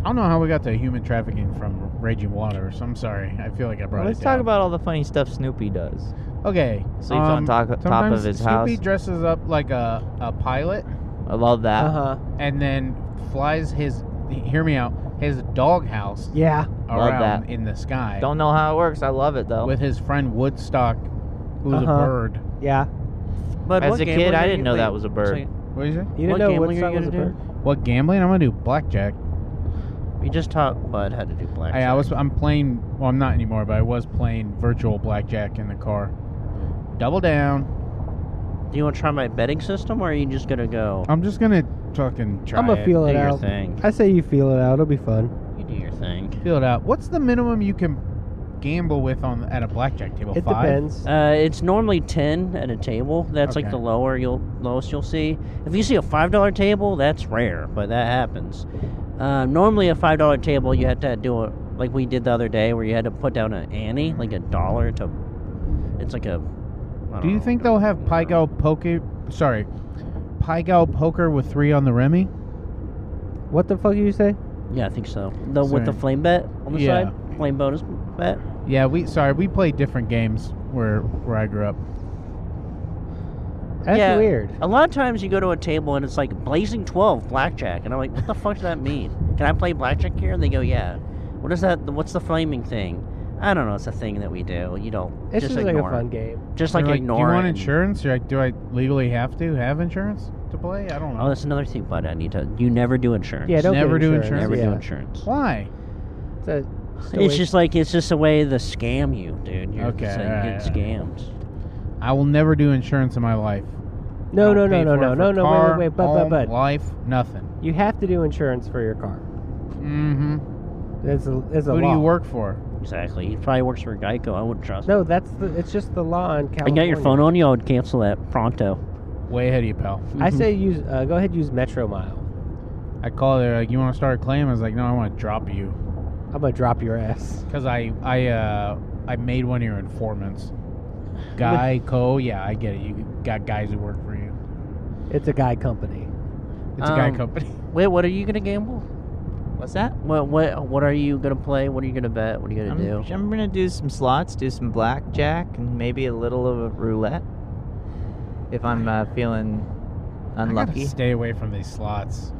[SPEAKER 2] I don't know how we got to human trafficking from raging water so I'm sorry I feel like I brought
[SPEAKER 4] Let's
[SPEAKER 2] it
[SPEAKER 4] talk
[SPEAKER 2] down.
[SPEAKER 4] about all the funny stuff Snoopy does.
[SPEAKER 2] Okay. um,
[SPEAKER 4] Sleeps on top- top of
[SPEAKER 2] sometimes
[SPEAKER 4] his
[SPEAKER 2] Snoopy
[SPEAKER 4] house.
[SPEAKER 2] dresses up like a, a pilot
[SPEAKER 4] I love that.
[SPEAKER 3] Uh-huh.
[SPEAKER 2] and then flies his, hear me out, his dog house
[SPEAKER 3] Yeah.
[SPEAKER 4] Love
[SPEAKER 2] around
[SPEAKER 4] that.
[SPEAKER 2] in the sky
[SPEAKER 4] Don't know how it works. I love it though.
[SPEAKER 2] with his friend Woodstock, who's
[SPEAKER 3] Uh-huh.
[SPEAKER 2] a bird.
[SPEAKER 3] Yeah.
[SPEAKER 1] But
[SPEAKER 4] As
[SPEAKER 1] what
[SPEAKER 4] a
[SPEAKER 1] gambling
[SPEAKER 4] kid,
[SPEAKER 1] are
[SPEAKER 4] I didn't
[SPEAKER 1] you-
[SPEAKER 4] know that
[SPEAKER 1] wait,
[SPEAKER 4] was a bird.
[SPEAKER 1] second.
[SPEAKER 2] What did you say?
[SPEAKER 3] You didn't
[SPEAKER 1] What
[SPEAKER 3] know
[SPEAKER 1] gambling are
[SPEAKER 3] Woodstock
[SPEAKER 1] you
[SPEAKER 3] was a
[SPEAKER 1] gonna do?
[SPEAKER 3] bird.
[SPEAKER 2] What, gambling? I'm going to do blackjack.
[SPEAKER 1] We just taught Bud how to do black.
[SPEAKER 2] Hey, I was, I'm playing, well, I'm not anymore, but I was playing virtual blackjack in the car. Double down.
[SPEAKER 1] Do you want to try my betting system, or are you just gonna go
[SPEAKER 2] I'm just going to fucking try
[SPEAKER 3] I'ma feel
[SPEAKER 1] do
[SPEAKER 3] it
[SPEAKER 1] your
[SPEAKER 3] out.
[SPEAKER 1] thing?
[SPEAKER 3] I say you feel it out. It'll be fun.
[SPEAKER 1] You do your thing.
[SPEAKER 2] Feel it out. What's the minimum you can gamble with on at a blackjack table?
[SPEAKER 3] it
[SPEAKER 2] Five?
[SPEAKER 3] depends.
[SPEAKER 1] Uh, it's normally ten at a table. That's like
[SPEAKER 2] Okay.
[SPEAKER 1] the lower you'll lowest you'll see. If you see a five dollar table, that's rare, but that happens. Uh, normally, a five dollar table, you had to do a like we did the other day, where you had to put down an ante, like a dollar to. It's like a. I
[SPEAKER 2] Do you
[SPEAKER 1] don't
[SPEAKER 2] think
[SPEAKER 1] know.
[SPEAKER 2] they'll have Pygo poker? Sorry, Pygo poker with three on the Remy.
[SPEAKER 3] What the fuck you say?
[SPEAKER 1] Yeah, I think so. The with the
[SPEAKER 2] Sorry.
[SPEAKER 1] flame bet on the
[SPEAKER 2] Yeah.
[SPEAKER 1] side, flame bonus bet.
[SPEAKER 2] Yeah, we sorry we played different games where where I grew up.
[SPEAKER 3] That's
[SPEAKER 1] Yeah.
[SPEAKER 3] weird.
[SPEAKER 1] A lot of times you go to a table and it's like blazing twelve blackjack, and I'm like, what the fuck does that mean? Can I play blackjack here? And they go, yeah. What is that? What's the flaming thing? I don't know. It's a thing that we do. You don't.
[SPEAKER 3] It's just, like a
[SPEAKER 1] ignore it.
[SPEAKER 3] fun game.
[SPEAKER 1] Just
[SPEAKER 2] They're
[SPEAKER 1] like,
[SPEAKER 2] do you
[SPEAKER 1] ignore
[SPEAKER 2] want
[SPEAKER 1] it. and-
[SPEAKER 2] insurance? You're like, do I legally have to have insurance to play? I don't
[SPEAKER 1] Oh,
[SPEAKER 2] know.
[SPEAKER 1] that's another thing, bud. I need to. You never do insurance.
[SPEAKER 3] Yeah, don't
[SPEAKER 2] Never
[SPEAKER 3] get
[SPEAKER 2] do
[SPEAKER 3] insurance.
[SPEAKER 1] never
[SPEAKER 2] insurance?
[SPEAKER 1] do
[SPEAKER 3] yeah.
[SPEAKER 1] insurance.
[SPEAKER 2] Why?
[SPEAKER 3] It's a Still
[SPEAKER 1] it's
[SPEAKER 3] wait-
[SPEAKER 1] just like it's just a way to scam you, dude. You're
[SPEAKER 2] Okay,
[SPEAKER 1] just, like,
[SPEAKER 2] alright,
[SPEAKER 1] getting scammed.
[SPEAKER 2] I will never do insurance in my life.
[SPEAKER 3] no, no,
[SPEAKER 2] Don't
[SPEAKER 3] no,
[SPEAKER 2] pay
[SPEAKER 3] no,
[SPEAKER 2] for
[SPEAKER 3] no,
[SPEAKER 2] it
[SPEAKER 3] no,
[SPEAKER 2] for
[SPEAKER 3] no.
[SPEAKER 2] car,
[SPEAKER 3] wait, wait, wait. But,
[SPEAKER 2] home,
[SPEAKER 3] but, but.
[SPEAKER 2] life, nothing.
[SPEAKER 3] You have to do insurance for your car.
[SPEAKER 2] Mm-hmm.
[SPEAKER 3] That's a, that's a
[SPEAKER 2] Who
[SPEAKER 3] law.
[SPEAKER 2] do you work for?
[SPEAKER 1] Exactly. He probably works for Geico. I wouldn't trust. him.
[SPEAKER 3] No, that's the. It's just the law in
[SPEAKER 1] I
[SPEAKER 3] California.
[SPEAKER 1] got your phone on you. I would cancel that pronto.
[SPEAKER 2] Way ahead of you, pal.
[SPEAKER 3] I
[SPEAKER 1] Mhm.
[SPEAKER 3] say use. Uh, go ahead, use Metro Mile.
[SPEAKER 2] I call. They're like, "You want to start a claim?" I was like, "No, I want to drop you."
[SPEAKER 3] I'm gonna drop your ass.
[SPEAKER 2] Because I, I, uh, I made one of your informants. Guy Co. Yeah, I get it. You got guys who work for you.
[SPEAKER 3] It's a guy company.
[SPEAKER 2] It's a guy
[SPEAKER 1] Um,
[SPEAKER 2] company.
[SPEAKER 1] Wait, what are you gonna gamble?
[SPEAKER 4] What's that?
[SPEAKER 1] What what what are you gonna play? What are you gonna bet? What are you gonna
[SPEAKER 4] I'm,
[SPEAKER 1] do?
[SPEAKER 4] I'm gonna do some slots, do some blackjack, and maybe a little of a roulette. If I'm uh, feeling
[SPEAKER 2] I gotta
[SPEAKER 4] unlucky.
[SPEAKER 2] Stay away from these slots.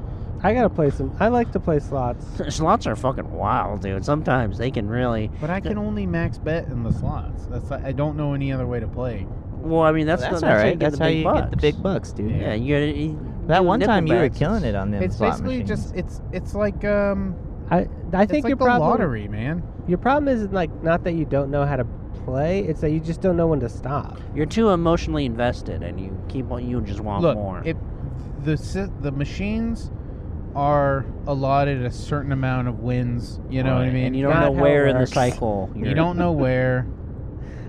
[SPEAKER 3] I gotta play some. I like to play slots.
[SPEAKER 1] Slots are fucking wild, dude. Sometimes they can really.
[SPEAKER 2] But I can only max bet in the slots. That's I don't know any other way to play.
[SPEAKER 1] Well, I mean, that's
[SPEAKER 4] Well, that's
[SPEAKER 1] the, that's
[SPEAKER 4] all
[SPEAKER 1] how
[SPEAKER 4] right.
[SPEAKER 1] you get
[SPEAKER 4] that's
[SPEAKER 1] the
[SPEAKER 4] how
[SPEAKER 1] big
[SPEAKER 4] you get the
[SPEAKER 1] bucks.
[SPEAKER 4] big bucks, dude.
[SPEAKER 1] Yeah, you gotta. You
[SPEAKER 4] That
[SPEAKER 1] do
[SPEAKER 4] one
[SPEAKER 1] nickel
[SPEAKER 4] time you were
[SPEAKER 1] bets.
[SPEAKER 4] killing it on them
[SPEAKER 2] it's
[SPEAKER 4] slot
[SPEAKER 2] basically
[SPEAKER 4] machines.
[SPEAKER 2] just it's it's like um
[SPEAKER 3] I I think
[SPEAKER 2] it's like
[SPEAKER 3] your
[SPEAKER 2] the
[SPEAKER 3] problem
[SPEAKER 2] lottery, man.
[SPEAKER 3] your problem is like not that you don't know how to play. It's that you just don't know when to stop.
[SPEAKER 1] You're too emotionally invested, and you keep on. You just want
[SPEAKER 2] Look,
[SPEAKER 1] more.
[SPEAKER 2] it the si- the machines are allotted a certain amount of wins. You know what I
[SPEAKER 1] Right,
[SPEAKER 2] mean?
[SPEAKER 1] And you don't
[SPEAKER 3] Not
[SPEAKER 1] know
[SPEAKER 3] how it
[SPEAKER 1] where in the
[SPEAKER 3] works.
[SPEAKER 1] cycle.
[SPEAKER 2] You
[SPEAKER 1] you're-
[SPEAKER 2] don't know where.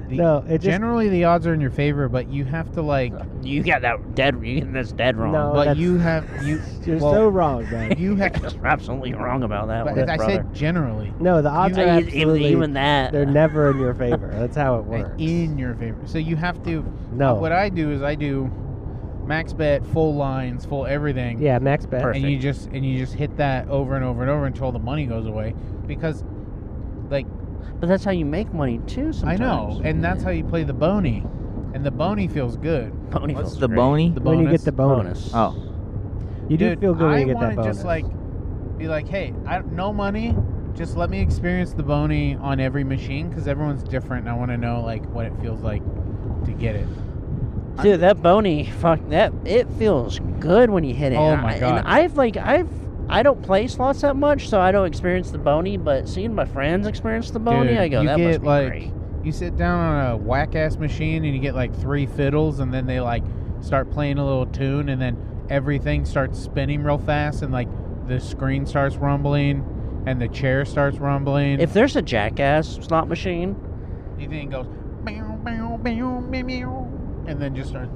[SPEAKER 2] The-
[SPEAKER 3] no, it just
[SPEAKER 2] generally the odds are in your favor, but you have to like.
[SPEAKER 1] You got that dead. You got Oh, that's dead wrong.
[SPEAKER 3] No. Oh,
[SPEAKER 2] but
[SPEAKER 3] that's-
[SPEAKER 2] you have you.
[SPEAKER 3] you're
[SPEAKER 2] well,
[SPEAKER 3] so wrong, man.
[SPEAKER 2] You have.
[SPEAKER 1] You're absolutely wrong about that.
[SPEAKER 2] but
[SPEAKER 1] one,
[SPEAKER 2] as I
[SPEAKER 1] brother.
[SPEAKER 2] said, generally.
[SPEAKER 3] No, the odds
[SPEAKER 1] Uh,
[SPEAKER 3] are
[SPEAKER 1] e- even,
[SPEAKER 3] absolutely.
[SPEAKER 1] even that.
[SPEAKER 3] they're never in your favor. That's how it
[SPEAKER 2] like,
[SPEAKER 3] works.
[SPEAKER 2] in your favor. So you have to.
[SPEAKER 3] no.
[SPEAKER 2] What I do is I do max bet, full lines, full everything.
[SPEAKER 3] yeah, max bet.
[SPEAKER 1] Perfect.
[SPEAKER 2] And you just and you just hit that over and over and over until the money goes away because
[SPEAKER 1] But that's how you make money too. Sometimes
[SPEAKER 2] I know, and that's how you play the bony, and the bony feels good.
[SPEAKER 1] Pony
[SPEAKER 4] What's
[SPEAKER 1] feels
[SPEAKER 4] the
[SPEAKER 1] great.
[SPEAKER 4] bony?
[SPEAKER 2] The
[SPEAKER 3] When you get
[SPEAKER 2] bonus.
[SPEAKER 3] the bonus,
[SPEAKER 1] bonus.
[SPEAKER 4] Oh,
[SPEAKER 3] you do
[SPEAKER 2] Dude,
[SPEAKER 3] feel good
[SPEAKER 2] I
[SPEAKER 3] when you get
[SPEAKER 2] wanna
[SPEAKER 3] that bonus.
[SPEAKER 2] just like be like, hey, I no money. Just let me experience the bony on every machine because everyone's different. And I want to know like what it feels like to get it.
[SPEAKER 1] dude, that bony, fuck that. It feels good when you hit it.
[SPEAKER 2] Oh
[SPEAKER 1] And
[SPEAKER 2] my
[SPEAKER 1] I-
[SPEAKER 2] God.
[SPEAKER 1] And I've like I've I don't play slots that much, so I don't experience the bony. But seeing my friends experience the bony,
[SPEAKER 2] Dude,
[SPEAKER 1] I go,
[SPEAKER 2] you
[SPEAKER 1] that
[SPEAKER 2] get
[SPEAKER 1] must be
[SPEAKER 2] like
[SPEAKER 1] great.
[SPEAKER 2] you sit down on a whack ass machine and you get like three fiddles and then they like start playing a little tune and then everything starts spinning real fast and like the screen starts rumbling and the chair starts rumbling.
[SPEAKER 1] If there's a jackass slot machine,
[SPEAKER 2] you think it goes meow meow meow meow meow and then just starts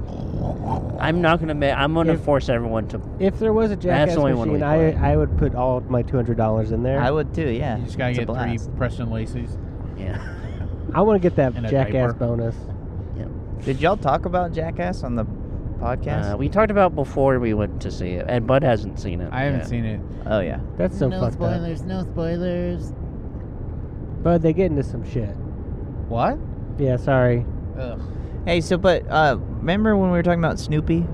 [SPEAKER 1] I'm not gonna. Ma- I'm gonna
[SPEAKER 3] If-
[SPEAKER 1] force everyone to.
[SPEAKER 3] if there was a jackass
[SPEAKER 1] only one we
[SPEAKER 3] machine, I
[SPEAKER 1] play.
[SPEAKER 3] I would put all of my two hundred dollars in there.
[SPEAKER 4] I would too. Yeah.
[SPEAKER 2] you just gotta
[SPEAKER 4] It's a
[SPEAKER 2] get three
[SPEAKER 4] blast.
[SPEAKER 2] Preston Lacey's.
[SPEAKER 1] Yeah.
[SPEAKER 3] I want to get that
[SPEAKER 2] And a
[SPEAKER 3] jackass
[SPEAKER 2] diaper.
[SPEAKER 3] bonus.
[SPEAKER 4] Did y'all talk about Jackass on the podcast?
[SPEAKER 1] Uh, we talked about before we went to see it, and Bud hasn't seen it.
[SPEAKER 2] I haven't
[SPEAKER 1] yet.
[SPEAKER 2] seen it.
[SPEAKER 4] oh yeah.
[SPEAKER 3] That's so fucked
[SPEAKER 2] no spoilers.
[SPEAKER 3] up. But they get into some shit.
[SPEAKER 2] What?
[SPEAKER 3] Yeah, sorry.
[SPEAKER 2] Ugh.
[SPEAKER 4] Hey, so but uh, remember when we were talking about Snoopy?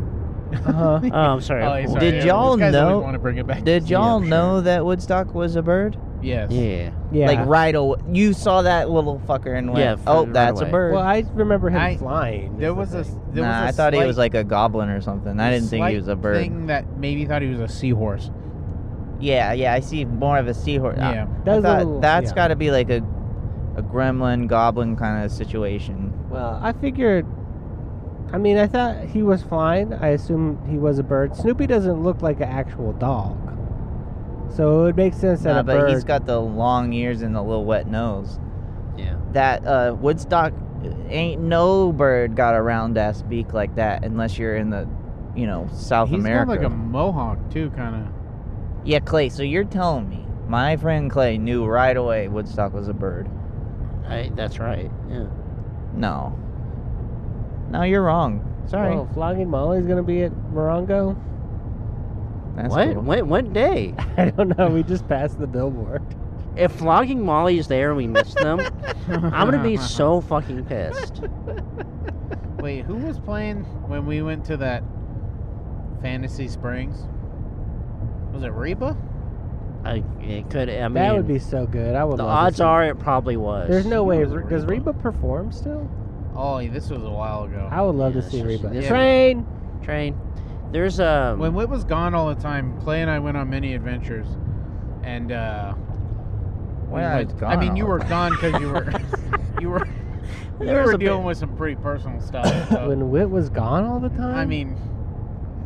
[SPEAKER 3] Uh-huh.
[SPEAKER 1] Oh, I'm sorry.
[SPEAKER 2] Oh, he's sorry.
[SPEAKER 4] Did
[SPEAKER 2] Yeah,
[SPEAKER 4] y'all
[SPEAKER 2] these guys
[SPEAKER 4] know-
[SPEAKER 2] always want to bring it back?
[SPEAKER 4] Did y'all
[SPEAKER 2] Yeah,
[SPEAKER 4] know that Woodstock was a bird?
[SPEAKER 2] sure. Yes.
[SPEAKER 1] Yeah.
[SPEAKER 3] Yeah.
[SPEAKER 4] Like right away, you saw that little fucker and went,
[SPEAKER 1] Yeah,
[SPEAKER 4] "Oh,
[SPEAKER 1] right
[SPEAKER 4] that's
[SPEAKER 1] away.
[SPEAKER 4] a bird."
[SPEAKER 3] well, I remember him
[SPEAKER 2] I-
[SPEAKER 3] flying.
[SPEAKER 2] There
[SPEAKER 3] is the
[SPEAKER 2] was a.
[SPEAKER 3] thing.
[SPEAKER 2] There
[SPEAKER 4] nah,
[SPEAKER 2] was
[SPEAKER 4] I
[SPEAKER 2] a
[SPEAKER 4] thought he
[SPEAKER 2] slight-
[SPEAKER 4] was like a goblin or something. I didn't think he
[SPEAKER 2] slight
[SPEAKER 4] was a bird.
[SPEAKER 2] Thing that maybe thought he was a seahorse.
[SPEAKER 4] Yeah, yeah, I see more of a seahorse. I-
[SPEAKER 2] Yeah.
[SPEAKER 3] That
[SPEAKER 4] I
[SPEAKER 3] was a
[SPEAKER 4] thought
[SPEAKER 3] little-
[SPEAKER 4] that's
[SPEAKER 3] yeah.
[SPEAKER 4] got to be like a a gremlin goblin kind of situation.
[SPEAKER 3] Well, I figured. I mean, I thought he was flying. I assume he was a bird. Snoopy doesn't look like an actual dog, so it would make sense that
[SPEAKER 4] Nah,
[SPEAKER 3] a
[SPEAKER 4] but
[SPEAKER 3] bird.
[SPEAKER 4] he's got the long ears and the little wet nose.
[SPEAKER 1] Yeah.
[SPEAKER 4] That uh, Woodstock ain't no bird got a round ass beak like that unless you're in the you know South
[SPEAKER 2] He's
[SPEAKER 4] America.
[SPEAKER 2] got like a mohawk too, kind of.
[SPEAKER 4] Yeah, Clay. So you're telling me my friend Clay knew right away Woodstock was a bird?
[SPEAKER 1] I, that's right. Yeah.
[SPEAKER 4] No. No, you're wrong. Sorry.
[SPEAKER 3] Whoa, flogging Molly's gonna be at Morongo.
[SPEAKER 4] That's
[SPEAKER 1] what?
[SPEAKER 4] cool.
[SPEAKER 1] When, what day?
[SPEAKER 3] I don't know. We just passed the billboard.
[SPEAKER 1] If flogging Molly's there and we miss them, I'm gonna be so fucking pissed.
[SPEAKER 2] Wait, who was playing when we went to that Fantasy Springs? Was it Reba?
[SPEAKER 1] I it could. I mean,
[SPEAKER 3] that would be so good. I would.
[SPEAKER 1] the
[SPEAKER 3] love to
[SPEAKER 1] odds
[SPEAKER 3] see-
[SPEAKER 1] are it probably was.
[SPEAKER 3] There's no way.
[SPEAKER 1] It was
[SPEAKER 3] Re- Does Reba perform still?
[SPEAKER 2] Oh, yeah, this was a while ago.
[SPEAKER 3] I would
[SPEAKER 1] Oh, Yeah,
[SPEAKER 3] love to
[SPEAKER 1] it's
[SPEAKER 3] see
[SPEAKER 1] just-
[SPEAKER 3] Reba.
[SPEAKER 1] it's-
[SPEAKER 3] Train.
[SPEAKER 1] train? There's um.
[SPEAKER 2] when Whit was gone all the time, Clay and I went on many adventures, and uh,
[SPEAKER 4] Well,
[SPEAKER 2] But,
[SPEAKER 4] I was gone.
[SPEAKER 2] I mean,
[SPEAKER 4] all
[SPEAKER 2] you were
[SPEAKER 4] day.
[SPEAKER 2] gone because you were you were you
[SPEAKER 4] There was
[SPEAKER 2] were
[SPEAKER 4] a bit-
[SPEAKER 2] dealing with some pretty personal stuff. So,
[SPEAKER 3] when Wit was gone all the time.
[SPEAKER 2] I mean,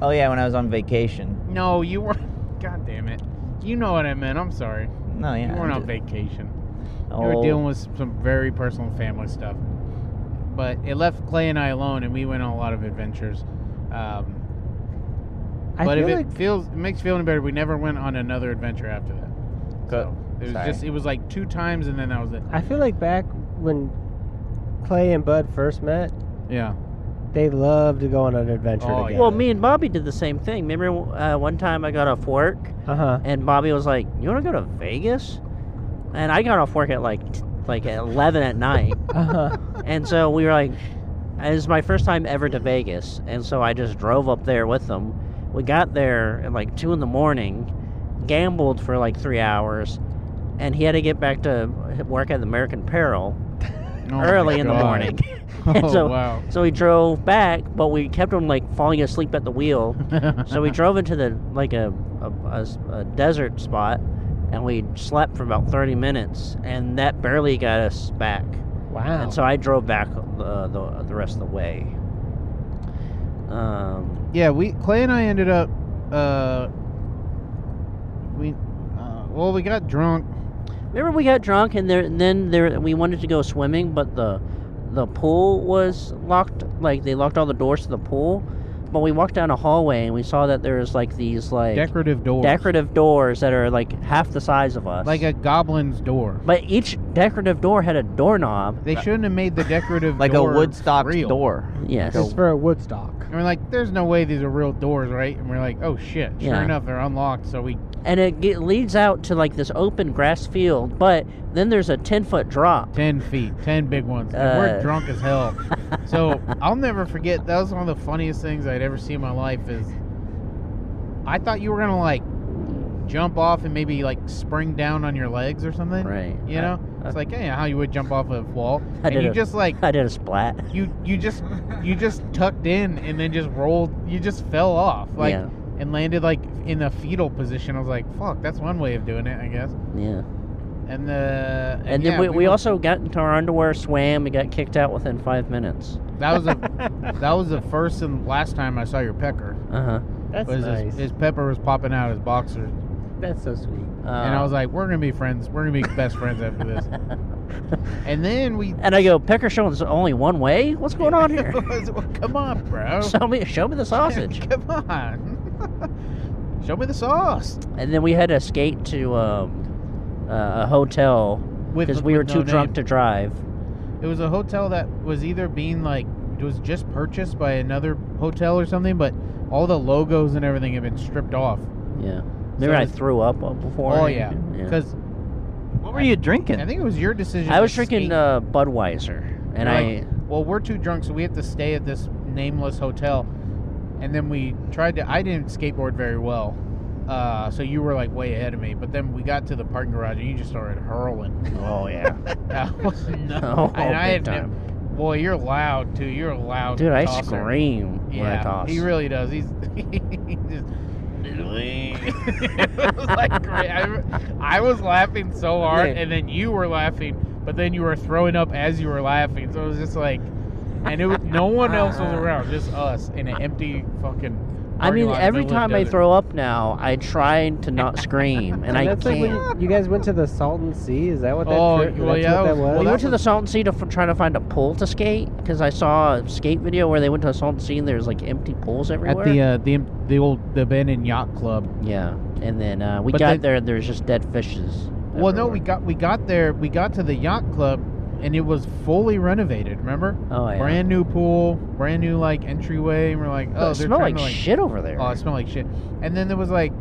[SPEAKER 4] Oh yeah, when I was on vacation.
[SPEAKER 2] no, you were. God damn it. You know what I meant. I'm sorry.
[SPEAKER 4] No, yeah.
[SPEAKER 2] you weren't
[SPEAKER 4] I
[SPEAKER 2] on
[SPEAKER 4] did-
[SPEAKER 2] vacation.
[SPEAKER 4] Oh,
[SPEAKER 2] You were dealing with some very personal family stuff. But it left Clay and I alone, and we went on a lot of adventures. Um,
[SPEAKER 4] Oh,
[SPEAKER 3] I
[SPEAKER 2] but if
[SPEAKER 3] feel
[SPEAKER 2] it
[SPEAKER 3] like
[SPEAKER 2] feels it makes you feel any better, we never went on another adventure after that. So it was
[SPEAKER 4] Sorry.
[SPEAKER 2] just it was like two times, and then that was it.
[SPEAKER 3] I feel like back when Clay and Bud first met,
[SPEAKER 2] Yeah.
[SPEAKER 3] they loved to go on an adventure
[SPEAKER 2] Oh,
[SPEAKER 3] together.
[SPEAKER 2] yeah.
[SPEAKER 1] Well, me and Bobby did the same thing. Remember uh, one time I got off work
[SPEAKER 3] Uh huh.
[SPEAKER 1] and Bobby was like, "You want to go to Vegas?" And I got off work at like t- like at eleven at night,
[SPEAKER 3] Uh huh.
[SPEAKER 1] and so we were like, "It was my first time ever to Vegas," and so I just drove up there with them. We got there at like two in the morning, gambled for like three hours, and he had to get back to work at the American Peril
[SPEAKER 2] Oh my
[SPEAKER 1] early in the
[SPEAKER 2] God.
[SPEAKER 1] morning.
[SPEAKER 2] Oh
[SPEAKER 1] so-
[SPEAKER 2] wow.
[SPEAKER 1] so we drove back, but we kept him like falling asleep at the wheel. So we drove into the like a, a- a s- a desert spot, and we slept for about thirty minutes, and that barely got us back.
[SPEAKER 3] Wow.
[SPEAKER 2] Oh.
[SPEAKER 1] And so I drove back uh, the the rest of the way. Um,
[SPEAKER 2] Yeah, we Clay and I ended up uh we uh, well we got drunk.
[SPEAKER 1] remember we got drunk, and there and then there we wanted to go swimming, but the the pool was locked. Like they locked all the doors to the pool. But we walked down a hallway and we saw that there was like these like
[SPEAKER 2] Decorative doors.
[SPEAKER 1] decorative doors that are like half the size of us.
[SPEAKER 2] Like a goblin's door.
[SPEAKER 1] but each decorative door had a doorknob.
[SPEAKER 2] They shouldn't have made the decorative
[SPEAKER 4] like a
[SPEAKER 2] door
[SPEAKER 4] Woodstock
[SPEAKER 2] real.
[SPEAKER 4] door.
[SPEAKER 1] Yes.
[SPEAKER 3] it's for Woodstock.
[SPEAKER 2] And we're like, there's no way these are real doors, right? And we're like, oh shit. Sure
[SPEAKER 1] Yeah.
[SPEAKER 2] enough, they're unlocked. So we
[SPEAKER 1] And it ge- leads out to like this open grass field, but then there's a 10 foot drop.
[SPEAKER 2] ten feet, ten big ones. And
[SPEAKER 1] Uh.
[SPEAKER 2] we're drunk as hell. so I'll never forget. That was one of the funniest things I'd ever seen in my life. Is I thought you were gonna like jump off and maybe like spring down on your legs or something.
[SPEAKER 1] Right.
[SPEAKER 2] You know, it's like hey, how you would jump off a wall,
[SPEAKER 1] I
[SPEAKER 2] and
[SPEAKER 1] did
[SPEAKER 2] you
[SPEAKER 1] it.
[SPEAKER 2] just like
[SPEAKER 1] I, I did a splat.
[SPEAKER 2] you you just you just tucked in and then just rolled. You just fell off like
[SPEAKER 1] yeah.
[SPEAKER 2] and landed like in a fetal position. I was like, fuck, that's one way of doing it, I guess.
[SPEAKER 1] Yeah.
[SPEAKER 2] And the
[SPEAKER 1] And, then
[SPEAKER 2] yeah,
[SPEAKER 1] we, we,
[SPEAKER 2] were-
[SPEAKER 1] also got into our underwear, swam, and got kicked out within five minutes.
[SPEAKER 2] that was a that was the first and last time I saw your pecker.
[SPEAKER 1] Uh huh.
[SPEAKER 3] That's
[SPEAKER 2] was
[SPEAKER 3] nice.
[SPEAKER 2] his, his pepper was popping out his boxer,
[SPEAKER 3] That's so sweet.
[SPEAKER 1] Uh,
[SPEAKER 2] and I was like, "We're gonna be friends. We're gonna be best friends after this." And then we
[SPEAKER 1] and I go, Pecker showing's only one way? What's going on here?
[SPEAKER 2] come on, bro.
[SPEAKER 1] show, me, show me the sausage.
[SPEAKER 2] come on. Show me the sauce.
[SPEAKER 1] and then we had to skate to um, uh, a hotel
[SPEAKER 2] With-
[SPEAKER 1] because we
[SPEAKER 2] with
[SPEAKER 1] were
[SPEAKER 2] no
[SPEAKER 1] too drunk
[SPEAKER 2] name.
[SPEAKER 1] to drive.
[SPEAKER 2] It was a hotel that was either being like it was just purchased by another hotel or something, but all the logos and everything had been stripped off.
[SPEAKER 1] Yeah. Maybe I
[SPEAKER 2] it's-
[SPEAKER 1] threw up uh, before.
[SPEAKER 2] Oh yeah,
[SPEAKER 1] Yeah.
[SPEAKER 2] because
[SPEAKER 4] What were you
[SPEAKER 2] I
[SPEAKER 4] drinking?
[SPEAKER 2] think it was your decision.
[SPEAKER 1] I
[SPEAKER 2] to
[SPEAKER 1] was drinking
[SPEAKER 2] skate.
[SPEAKER 1] uh, Budweiser, and
[SPEAKER 2] You're
[SPEAKER 1] I
[SPEAKER 2] like, well, we're too drunk, so we have to stay at this nameless hotel. And then we tried to. I didn't skateboard very well, uh, so you were like way ahead of me. But then we got to the parking garage, and you just started hurling.
[SPEAKER 1] oh yeah,
[SPEAKER 2] That was nuts.
[SPEAKER 1] oh
[SPEAKER 2] And I
[SPEAKER 1] big
[SPEAKER 2] had nev-
[SPEAKER 1] time,
[SPEAKER 2] boy, you're loud too. You're a loud.
[SPEAKER 1] dude! I
[SPEAKER 2] tosser.
[SPEAKER 1] scream
[SPEAKER 2] Yeah,
[SPEAKER 1] when I toss.
[SPEAKER 2] he really does. He's he just. it was like great. I, I was laughing so hard,
[SPEAKER 1] Yeah.
[SPEAKER 2] and then you were laughing, but then you were throwing up as you were laughing. So it was just like, and it was, no one else was around, just us in an empty fucking.
[SPEAKER 1] I mean,
[SPEAKER 2] parking lot in the
[SPEAKER 1] every
[SPEAKER 2] middle of
[SPEAKER 1] time
[SPEAKER 2] the
[SPEAKER 1] I
[SPEAKER 2] desert.
[SPEAKER 1] throw up now, I try to not scream, and I
[SPEAKER 3] that's
[SPEAKER 1] can't.
[SPEAKER 3] like when you guys went to the Salton Sea. Is that what that?
[SPEAKER 2] Oh,
[SPEAKER 3] trip,
[SPEAKER 2] well,
[SPEAKER 3] that's
[SPEAKER 2] yeah,
[SPEAKER 3] what
[SPEAKER 2] that was-
[SPEAKER 3] that was.
[SPEAKER 2] well,
[SPEAKER 1] we
[SPEAKER 2] that
[SPEAKER 1] went to the Salton Sea to f- try to find a pool to skate because I saw a skate video where they went to a Salton Sea and there's like empty pools everywhere.
[SPEAKER 2] at the uh, the the old the abandoned yacht club.
[SPEAKER 1] yeah, and then uh, we
[SPEAKER 2] But
[SPEAKER 1] got
[SPEAKER 2] then-
[SPEAKER 1] there and there's just dead fishes.
[SPEAKER 2] Well, no,
[SPEAKER 1] everywhere.
[SPEAKER 2] we got we got there. We got to the yacht club, and it was fully renovated. Remember,
[SPEAKER 1] oh yeah,
[SPEAKER 2] brand new pool, brand new like entryway, and we're like,
[SPEAKER 1] But
[SPEAKER 2] oh,
[SPEAKER 1] it
[SPEAKER 2] they're
[SPEAKER 1] smelled
[SPEAKER 2] trying
[SPEAKER 1] like,
[SPEAKER 2] to, like
[SPEAKER 1] shit over there.
[SPEAKER 2] Oh, it smelled like shit. And then there was like,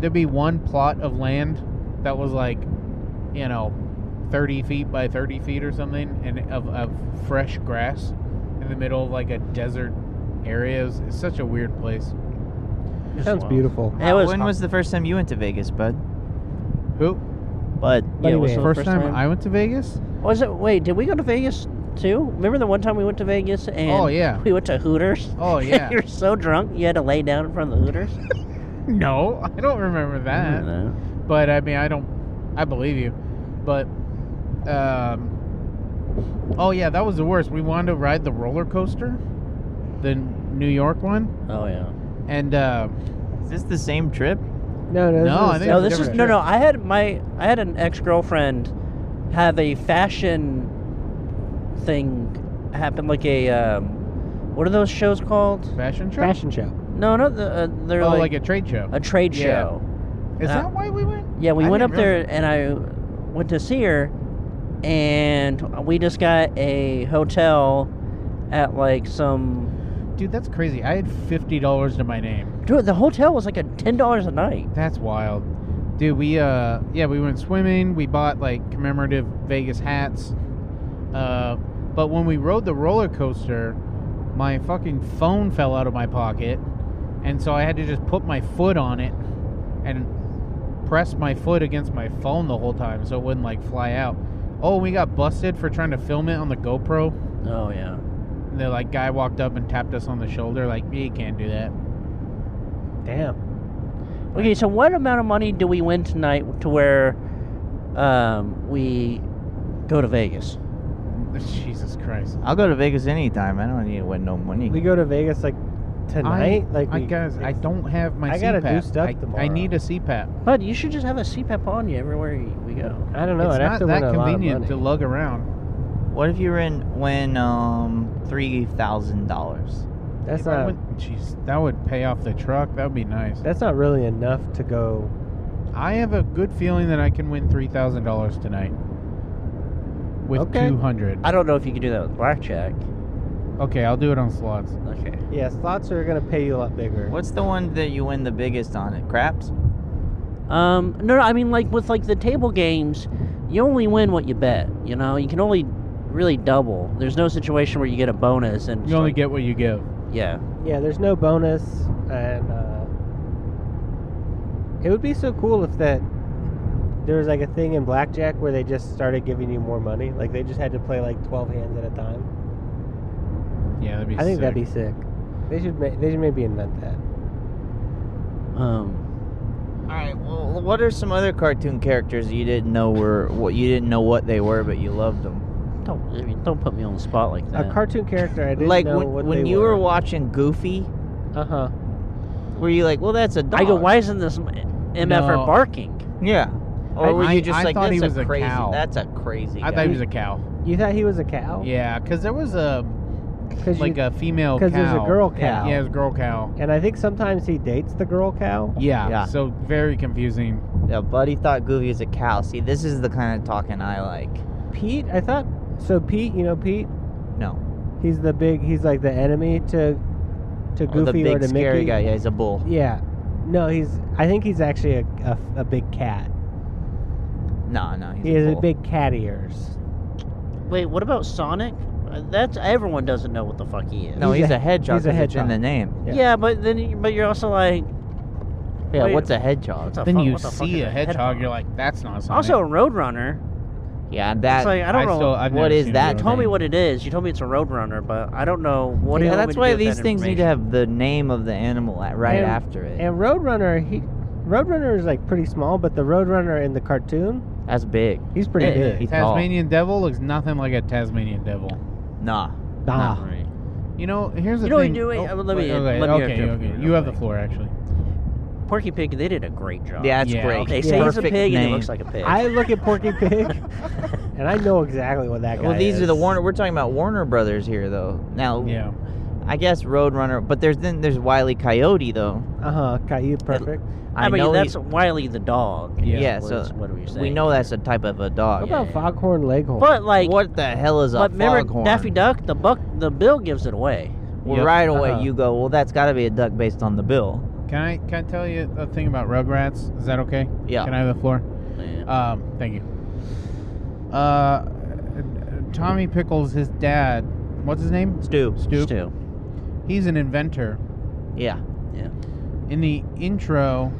[SPEAKER 2] there'd be one plot of land that was like, you know, 30 feet by 30 feet or something, and of, of fresh grass in the middle of like a desert area. It was- it's such a weird place.
[SPEAKER 1] Just
[SPEAKER 3] Sounds
[SPEAKER 1] wild.
[SPEAKER 3] beautiful.
[SPEAKER 1] That was
[SPEAKER 4] when was the first time you went to Vegas, bud?
[SPEAKER 2] Who?
[SPEAKER 4] Bud.
[SPEAKER 1] yeah, it was
[SPEAKER 3] Buddy
[SPEAKER 1] the
[SPEAKER 3] man.
[SPEAKER 2] First,
[SPEAKER 1] first
[SPEAKER 2] time,
[SPEAKER 1] time?
[SPEAKER 2] I went to Vegas?
[SPEAKER 1] Was it? Wait, did we go to Vegas too? Remember the one time we went to Vegas and
[SPEAKER 2] Oh, yeah.
[SPEAKER 1] we went to Hooters.
[SPEAKER 2] Oh, yeah.
[SPEAKER 1] you were so drunk you had to lay down in front of the Hooters.
[SPEAKER 2] no, I don't remember that.
[SPEAKER 1] I don't know.
[SPEAKER 2] But I mean, I don't, I believe you. But, um, oh yeah, that was the worst. We wanted to ride the roller coaster, the New York one,
[SPEAKER 1] Oh yeah.
[SPEAKER 2] and uh,
[SPEAKER 4] Is this the same trip?
[SPEAKER 3] No, no,
[SPEAKER 2] No, I
[SPEAKER 3] this is
[SPEAKER 2] think
[SPEAKER 1] No,
[SPEAKER 2] it's a
[SPEAKER 1] this is
[SPEAKER 2] different
[SPEAKER 1] no,
[SPEAKER 2] trip.
[SPEAKER 1] no. I had my I had an ex girlfriend have a fashion thing happen, like a um, what are those shows called?
[SPEAKER 2] fashion show.
[SPEAKER 3] fashion show.
[SPEAKER 1] No, no, the, uh, they're
[SPEAKER 2] oh, like,
[SPEAKER 1] like,
[SPEAKER 2] a trade show.
[SPEAKER 1] a, trade
[SPEAKER 2] yeah.
[SPEAKER 1] show.
[SPEAKER 2] Is
[SPEAKER 1] uh,
[SPEAKER 2] that why we went?
[SPEAKER 1] Yeah, we
[SPEAKER 2] I
[SPEAKER 1] went up
[SPEAKER 2] didn't
[SPEAKER 1] there and I went to see her, and we just got a hotel at like some.
[SPEAKER 2] Dude, that's crazy. I had fifty dollars to my name.
[SPEAKER 1] Dude, the hotel was like a ten dollars a night.
[SPEAKER 2] That's wild. Dude, we uh yeah, we went swimming, we bought like commemorative Vegas hats. Uh but when we rode the roller coaster, my fucking phone fell out of my pocket and so I had to just put my foot on it and press my foot against my phone the whole time so it wouldn't like fly out. Oh, we got busted for trying to film it on the GoPro.
[SPEAKER 1] Oh yeah.
[SPEAKER 2] And the like guy walked up and tapped us on the shoulder like, "You can't do that."
[SPEAKER 3] Damn.
[SPEAKER 1] Okay, so what amount of money do we win tonight to where um, we go to Vegas?
[SPEAKER 2] Jesus Christ.
[SPEAKER 4] I'll go to Vegas anytime. I don't need to win no money.
[SPEAKER 3] We go to Vegas like tonight.
[SPEAKER 2] I,
[SPEAKER 3] like
[SPEAKER 2] I
[SPEAKER 3] we,
[SPEAKER 2] guys, I don't have my.
[SPEAKER 3] I gotta do
[SPEAKER 2] CPAP.
[SPEAKER 3] stuff
[SPEAKER 2] I, I
[SPEAKER 3] tomorrow.
[SPEAKER 2] need a CPAP.
[SPEAKER 1] Bud, you should just have a CPAP on you everywhere you- we go.
[SPEAKER 3] I don't know.
[SPEAKER 2] it's
[SPEAKER 3] I'd have
[SPEAKER 2] not
[SPEAKER 3] to win
[SPEAKER 2] that
[SPEAKER 3] a
[SPEAKER 2] convenient
[SPEAKER 3] lot
[SPEAKER 2] to
[SPEAKER 3] of money.
[SPEAKER 2] lug around.
[SPEAKER 4] What if you win win um three thousand dollars?
[SPEAKER 3] That's
[SPEAKER 2] If I
[SPEAKER 3] not.
[SPEAKER 2] went- Jeez, that would pay off the truck. That would be nice.
[SPEAKER 3] That's not really enough to go.
[SPEAKER 2] I have a good feeling that I can win three thousand dollars tonight. With
[SPEAKER 3] Okay.
[SPEAKER 2] two hundred.
[SPEAKER 1] I don't know if you could do that with blackjack.
[SPEAKER 2] Okay, I'll do it on slots.
[SPEAKER 1] Okay.
[SPEAKER 3] Yeah, slots are gonna pay you a lot bigger.
[SPEAKER 4] What's the one that you win the biggest on? It craps.
[SPEAKER 1] Um, no, no, I mean like with like the table games, you only win what you bet. You know, you can only really double. There's no situation where you get a bonus and
[SPEAKER 2] You only get what you give.
[SPEAKER 1] yeah.
[SPEAKER 3] Yeah, there's no bonus, and uh, it would be so cool if that there was like a thing in blackjack where they just started giving you more money. Like they just had to play like 12 hands at a time.
[SPEAKER 2] Yeah, that'd be.
[SPEAKER 3] I think that'd
[SPEAKER 2] sick.
[SPEAKER 3] be sick. They should ma- they should maybe invent that.
[SPEAKER 1] Um,
[SPEAKER 4] All right. Well, what are some other cartoon characters you didn't know were what you didn't know what they were, but you loved them?
[SPEAKER 1] don't I mean, don't put me on the spot like that.
[SPEAKER 3] A cartoon character I didn't
[SPEAKER 4] like
[SPEAKER 3] know
[SPEAKER 4] when,
[SPEAKER 3] what
[SPEAKER 4] when
[SPEAKER 3] they
[SPEAKER 4] you
[SPEAKER 3] were.
[SPEAKER 4] were watching Goofy,
[SPEAKER 3] uh huh.
[SPEAKER 4] were you like, well, that's a dog?
[SPEAKER 1] I go, why isn't this mf'er
[SPEAKER 2] No.
[SPEAKER 1] barking?
[SPEAKER 4] Yeah. Or were
[SPEAKER 2] I-
[SPEAKER 4] you just
[SPEAKER 2] I
[SPEAKER 4] like,
[SPEAKER 2] thought
[SPEAKER 4] that's
[SPEAKER 2] he
[SPEAKER 4] a
[SPEAKER 2] was a
[SPEAKER 4] crazy?
[SPEAKER 2] cow.
[SPEAKER 4] That's a crazy.
[SPEAKER 2] I
[SPEAKER 4] guy."
[SPEAKER 2] thought he was a cow.
[SPEAKER 3] You thought he was a cow?
[SPEAKER 2] Yeah, because there was a
[SPEAKER 3] because
[SPEAKER 2] like a female cow.
[SPEAKER 3] because there's a girl
[SPEAKER 4] Yeah.
[SPEAKER 3] cow.
[SPEAKER 2] Yeah, it was a girl cow.
[SPEAKER 3] And I think sometimes he dates the girl cow.
[SPEAKER 2] Yeah,
[SPEAKER 4] Yeah.
[SPEAKER 2] So very confusing.
[SPEAKER 4] Yeah, Buddy thought Goofy was a cow. See, this is the kind of talking I like.
[SPEAKER 3] Pete, I thought so. Pete, you know Pete.
[SPEAKER 4] No.
[SPEAKER 3] He's the big. He's like the enemy to to
[SPEAKER 4] Oh,
[SPEAKER 3] Goofy
[SPEAKER 4] the big
[SPEAKER 3] or to
[SPEAKER 4] scary
[SPEAKER 3] Mickey.
[SPEAKER 4] guy. Yeah, he's a bull.
[SPEAKER 3] Yeah. No, he's. I think he's actually a, a, a big cat.
[SPEAKER 4] No, no, he's
[SPEAKER 3] He has
[SPEAKER 4] a
[SPEAKER 3] a
[SPEAKER 4] bull.
[SPEAKER 3] big cat ears.
[SPEAKER 1] Wait, what about Sonic? Uh, That's everyone doesn't know what the fuck he is.
[SPEAKER 4] No,
[SPEAKER 3] he's
[SPEAKER 4] he's,
[SPEAKER 3] a-
[SPEAKER 4] a hedgehog.
[SPEAKER 3] he's a
[SPEAKER 4] 'cause it's in
[SPEAKER 3] hedgehog.
[SPEAKER 4] the name.
[SPEAKER 1] Yeah.
[SPEAKER 3] Yeah.
[SPEAKER 1] but then you- but you're also like
[SPEAKER 4] Yeah,
[SPEAKER 1] Wait,
[SPEAKER 4] what's a
[SPEAKER 1] what
[SPEAKER 4] hedgehog?
[SPEAKER 1] the
[SPEAKER 2] then
[SPEAKER 1] fuck-
[SPEAKER 2] you
[SPEAKER 1] what the fuck
[SPEAKER 2] see
[SPEAKER 1] is
[SPEAKER 2] a hedgehog, you're like, that's not something.
[SPEAKER 1] also a Roadrunner.
[SPEAKER 4] Yeah,
[SPEAKER 1] It's
[SPEAKER 4] that.
[SPEAKER 1] like I don't know.
[SPEAKER 2] still- I've
[SPEAKER 4] what
[SPEAKER 2] never
[SPEAKER 4] is
[SPEAKER 2] seen a
[SPEAKER 4] that?
[SPEAKER 1] you
[SPEAKER 2] Roadrunner.
[SPEAKER 1] told me what it is. You told me it's a Roadrunner, but I don't know what. do you
[SPEAKER 4] yeah,
[SPEAKER 1] want me
[SPEAKER 4] that's
[SPEAKER 1] to
[SPEAKER 4] why
[SPEAKER 1] do with that
[SPEAKER 4] these things need to
[SPEAKER 1] information?
[SPEAKER 4] have the name of the animal at, right
[SPEAKER 3] And-
[SPEAKER 4] after it.
[SPEAKER 3] And Roadrunner, he Roadrunner is like pretty small, but the Roadrunner in the cartoon,
[SPEAKER 4] That's big.
[SPEAKER 3] he's pretty
[SPEAKER 4] Yeah,
[SPEAKER 3] big.
[SPEAKER 4] Eh, he's tall.
[SPEAKER 2] Tasmanian devil looks nothing like a Tasmanian devil.
[SPEAKER 4] Nah.
[SPEAKER 3] Nah.
[SPEAKER 4] Nah.
[SPEAKER 2] You know, here's the
[SPEAKER 1] You know,
[SPEAKER 2] thing.
[SPEAKER 1] you- wait,
[SPEAKER 2] Oh,
[SPEAKER 1] Uh, let me-
[SPEAKER 2] wait, Okay,
[SPEAKER 1] let me
[SPEAKER 2] okay,
[SPEAKER 1] interrupt
[SPEAKER 2] okay.
[SPEAKER 1] you real
[SPEAKER 2] You have the
[SPEAKER 1] quick.
[SPEAKER 2] floor, actually.
[SPEAKER 1] Porky Pig. They did a great job.
[SPEAKER 4] Yeah, that's
[SPEAKER 2] Yeah,
[SPEAKER 4] great.
[SPEAKER 1] They say he's a
[SPEAKER 4] Perfect
[SPEAKER 1] pig and
[SPEAKER 4] name.
[SPEAKER 1] he looks like a pig.
[SPEAKER 3] I look at Porky Pig, and I know exactly what that guy.
[SPEAKER 4] Well, these are the
[SPEAKER 3] is.
[SPEAKER 4] Warner. We're talking about Warner Brothers here, though. Now,
[SPEAKER 2] Yeah.
[SPEAKER 4] I guess Roadrunner, but there's then there's Wile E. Coyote, though.
[SPEAKER 3] Uh huh. Caillou, perfect.
[SPEAKER 4] oh,
[SPEAKER 1] I, mean,
[SPEAKER 4] know he-
[SPEAKER 1] that's Wiley the dog.
[SPEAKER 2] Yeah.
[SPEAKER 4] yeah.
[SPEAKER 1] was
[SPEAKER 4] so
[SPEAKER 1] what we were
[SPEAKER 4] we
[SPEAKER 1] saying.
[SPEAKER 4] know that's a type of a
[SPEAKER 3] What
[SPEAKER 4] dog.
[SPEAKER 1] Yeah.
[SPEAKER 3] about Foghorn Leghorn?
[SPEAKER 1] But like,
[SPEAKER 4] what the hell is a
[SPEAKER 1] but remember
[SPEAKER 4] foghorn?
[SPEAKER 1] Daffy Duck? The buck, the bill gives it away.
[SPEAKER 4] Well,
[SPEAKER 2] Yep.
[SPEAKER 4] right away
[SPEAKER 3] Uh-huh.
[SPEAKER 4] you go. Well, that's got to be a duck based on the bill.
[SPEAKER 2] Can I can I tell you a thing about Rugrats? Is that okay?
[SPEAKER 4] Yeah.
[SPEAKER 2] Can I have the floor? Um, thank you. Uh, Tommy Pickles, his dad. What's his name?
[SPEAKER 4] Stu.
[SPEAKER 2] Stu.
[SPEAKER 1] Stu.
[SPEAKER 2] He's an inventor.
[SPEAKER 4] Yeah.
[SPEAKER 2] In the intro,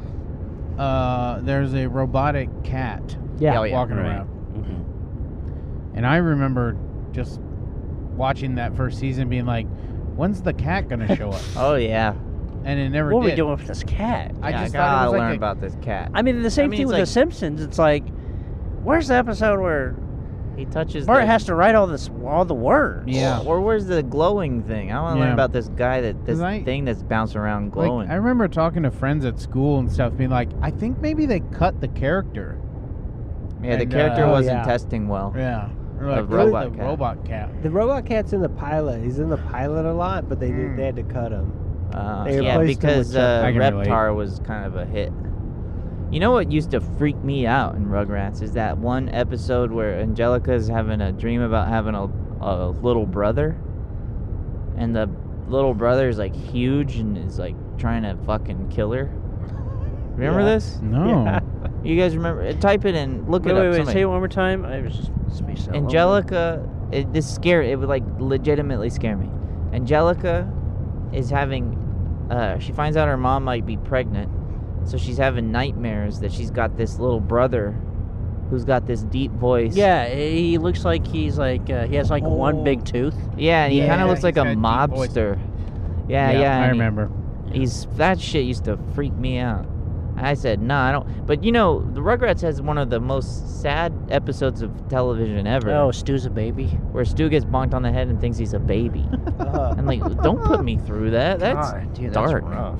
[SPEAKER 2] uh, there's a robotic cat
[SPEAKER 3] yeah,
[SPEAKER 4] Oh, yeah,
[SPEAKER 2] walking
[SPEAKER 4] right.
[SPEAKER 2] around.
[SPEAKER 1] Mhm.
[SPEAKER 2] And I remember just watching that first season being like, when's the cat going to show up?
[SPEAKER 4] Oh yeah.
[SPEAKER 2] And it never
[SPEAKER 1] What are
[SPEAKER 2] did.
[SPEAKER 1] we doing with this cat?
[SPEAKER 2] I
[SPEAKER 4] Yeah,
[SPEAKER 2] just
[SPEAKER 4] gotta
[SPEAKER 2] thought it was
[SPEAKER 4] learn
[SPEAKER 2] like a-
[SPEAKER 4] about this cat.
[SPEAKER 1] I mean, the same
[SPEAKER 4] mean,
[SPEAKER 1] thing
[SPEAKER 4] it's
[SPEAKER 1] with The
[SPEAKER 4] like-
[SPEAKER 1] Simpsons. It's like Where's the episode where
[SPEAKER 4] He touches.
[SPEAKER 1] Bart
[SPEAKER 4] the,
[SPEAKER 1] has to write all this all the words?
[SPEAKER 2] Yeah.
[SPEAKER 4] Or where's the glowing thing? I want to learn
[SPEAKER 2] Yeah.
[SPEAKER 4] about this guy that this
[SPEAKER 2] Cause I-
[SPEAKER 4] thing that's bouncing around glowing.
[SPEAKER 2] Like, I remember talking to friends at school and stuff, being like, "I think maybe they cut the character."
[SPEAKER 4] yeah, the
[SPEAKER 2] and,
[SPEAKER 4] character
[SPEAKER 2] uh,
[SPEAKER 4] wasn't
[SPEAKER 3] Oh, yeah.
[SPEAKER 4] testing well.
[SPEAKER 2] Yeah, or like
[SPEAKER 4] The
[SPEAKER 2] "Where's
[SPEAKER 4] robot
[SPEAKER 2] the
[SPEAKER 4] cat."
[SPEAKER 2] robot cat.
[SPEAKER 3] The robot cat's in the pilot. He's in the pilot a lot, but they did,
[SPEAKER 2] Mm.
[SPEAKER 4] Hmm.
[SPEAKER 3] they had to cut him.
[SPEAKER 4] Uh,
[SPEAKER 3] They
[SPEAKER 4] yeah,
[SPEAKER 3] replaced him
[SPEAKER 4] because
[SPEAKER 3] with
[SPEAKER 4] uh,
[SPEAKER 2] something. I can relate.
[SPEAKER 4] Reptar was kind of a hit. You know what used to freak me out in Rugrats is that one episode where Angelica's having a dream about having a, a little brother, and the little brother is like huge and is like trying to fucking kill her. Remember
[SPEAKER 3] Yeah.
[SPEAKER 4] this?
[SPEAKER 2] No,
[SPEAKER 3] Yeah.
[SPEAKER 4] You guys remember? Type it in. Look
[SPEAKER 1] Wait,
[SPEAKER 4] it
[SPEAKER 1] wait,
[SPEAKER 4] up.
[SPEAKER 1] wait.
[SPEAKER 4] somebody.
[SPEAKER 1] Say it one more time. I was just spaced
[SPEAKER 2] Oh.
[SPEAKER 1] out. a little bit.
[SPEAKER 4] Angelica, it, this scare it would like legitimately scare me. Angelica is having, uh, she finds out her mom might be pregnant, so she's having nightmares that she's got this little brother, who's got this deep voice.
[SPEAKER 1] Yeah, he looks like he's like uh, he has like
[SPEAKER 2] Oh.
[SPEAKER 1] one big tooth.
[SPEAKER 4] yeah, and he
[SPEAKER 2] Yeah,
[SPEAKER 4] kind of looks
[SPEAKER 2] he's
[SPEAKER 4] like a
[SPEAKER 2] got a deep voice.
[SPEAKER 4] mobster. Yeah, yeah,
[SPEAKER 2] I
[SPEAKER 4] and he-
[SPEAKER 2] remember.
[SPEAKER 4] He's that shit used to freak me out. I said, "No, nah, I don't." But you know, the Rugrats has one of the most sad episodes of television ever,
[SPEAKER 1] Oh, Stu's a baby.
[SPEAKER 4] where Stu gets bonked on the head and thinks he's a baby.
[SPEAKER 3] Uh,
[SPEAKER 4] I'm like, don't put me through that. That's
[SPEAKER 1] God, dude,
[SPEAKER 4] dark.
[SPEAKER 1] That's rough.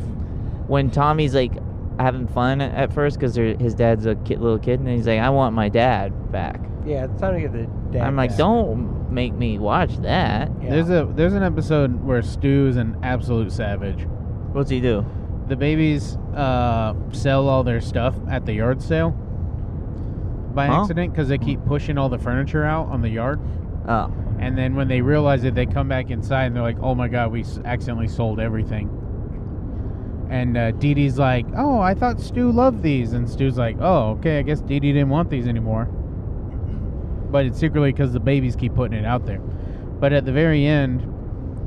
[SPEAKER 4] when Tommy's like having fun at first because his dad's a kid, little kid, and he's like, I want my dad back.
[SPEAKER 3] yeah, it's time to get the dad.
[SPEAKER 4] I'm like,
[SPEAKER 3] back.
[SPEAKER 4] don't make me watch that.
[SPEAKER 3] Yeah.
[SPEAKER 2] There's a there's an episode where Stu is an absolute savage.
[SPEAKER 4] What's he do?
[SPEAKER 2] The babies uh, sell all their stuff at the yard sale by
[SPEAKER 4] Huh?
[SPEAKER 2] accident because they keep pushing all the furniture out on the yard.
[SPEAKER 4] Oh,
[SPEAKER 2] And then when they realize it, they come back inside and they're like, "Oh my god, we s- accidentally sold everything." And uh, Dee Dee's like, "Oh, I thought Stu loved these," and Stu's like, "Oh, okay, I guess Dee Dee didn't want these anymore." But it's secretly because the babies keep putting it out there. But at the very end,